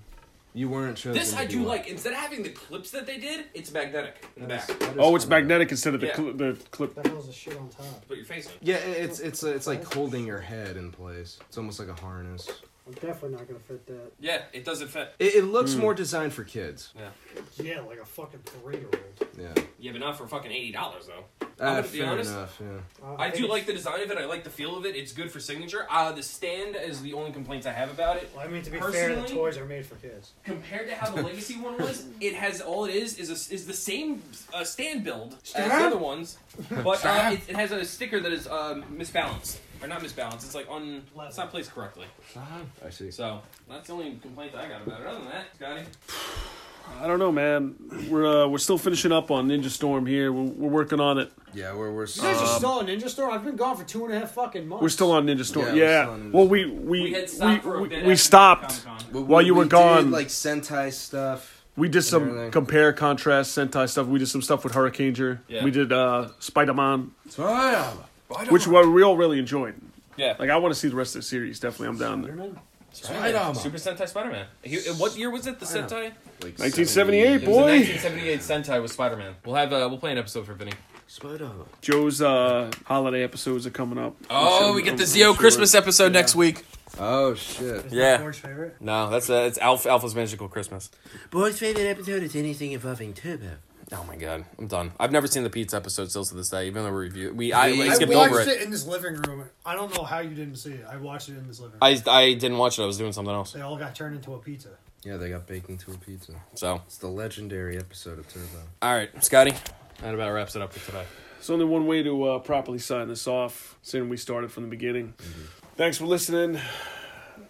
You weren't chosen.
This
to
I
be
do
one.
like. Instead of having the clips that they did, it's magnetic in the back.
Oh, it's magnetic instead of the
Yeah.
cl- the clip.
That hell's a shit on top.
Put your face on.
Yeah, i- it's it's it's like holding your head in place. It's almost like a harness.
I'm definitely not gonna fit that.
Yeah, it doesn't fit.
It, it
Hmm.
looks more designed for kids.
Yeah.
Yeah, like a fucking three year old.
Yeah.
Yeah, but not for fucking eighty dollars though.
Ah,
I'm gonna be
fair
honest.
enough. Yeah.
Uh,
I do like the design of it. I like the feel of it. It's good for signature. Uh, the stand is the only complaints I have about it.
I mean, to be
Personally,
fair, the toys are made for kids.
compared to how the legacy one was, it has all it is is a, is the same uh, stand build as the
Stab?
other ones, but uh,
Stab?
it, it has a sticker that is um, misbalanced or not misbalanced. It's like on it's not placed correctly.
I see.
So that's the only complaint I got about it. Other than that, Scotty,
I don't know, man. We're uh, we're still finishing up on Ninja Storm here. We're, we're working on it.
Yeah, we're we're
You guys are still in Ninja Storm. I've been gone for two and a half fucking months.
we're still on Ninja Storm.
Yeah, we're
Yeah.
still on Ninja
well, we we
We had
we,
stopped for a
we,
bit
we
after
stopped
But
while
we-
you
we
were gone.
did, like Sentai stuff.
we did some
everything.
compare, contrast, Sentai stuff. We did some stuff with Hurricaneer.
Yeah.
We did uh, Spider Man,
Spider-Man.
which we we all really enjoyed.
Yeah.
Like I want to see the rest of the series. Definitely, I'm down there.
Spider-Man.
Super Sentai Spider Man. What year was it? The Sentai.
1978,
It was the
boy.
1978 Sentai with Spider Man. We'll have uh, we'll play an episode for Vinny.
Spider.
Joe's uh, holiday episodes are coming up.
Oh, we get the Zio Christmas episode next week.
Oh shit!
Yeah.
George's favorite?
No, that's uh, it's Alpha, Alpha's Magical Christmas.
Boy's favorite episode is anything involving Turbo.
Oh my god, I'm done. I've never seen the Pete's episode still to this day, even though we reviewed. We I, I
I
skipped
watched
over it.
it. in this living room. I don't know how you didn't see it. I watched it in this living room.
I I didn't watch it. I was doing something else.
They all got turned into a pizza.
Yeah, they got baked into a pizza.
So
it's the legendary episode of Turbo.
All right, Scotty, that about wraps it up for today.
There's only one way to uh, properly sign this off, seeing we started from the beginning. Thanks for listening.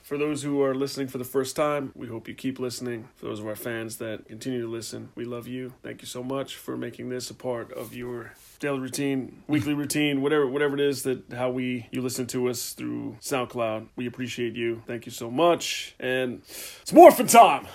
For those who are listening for the first time, we hope you keep listening. For those of our fans that continue to listen, we love you. Thank you so much for making this a part of your daily routine, weekly routine, whatever whatever it is that how we you listen to us through SoundCloud. We appreciate you. Thank you so much. And it's morphin' time.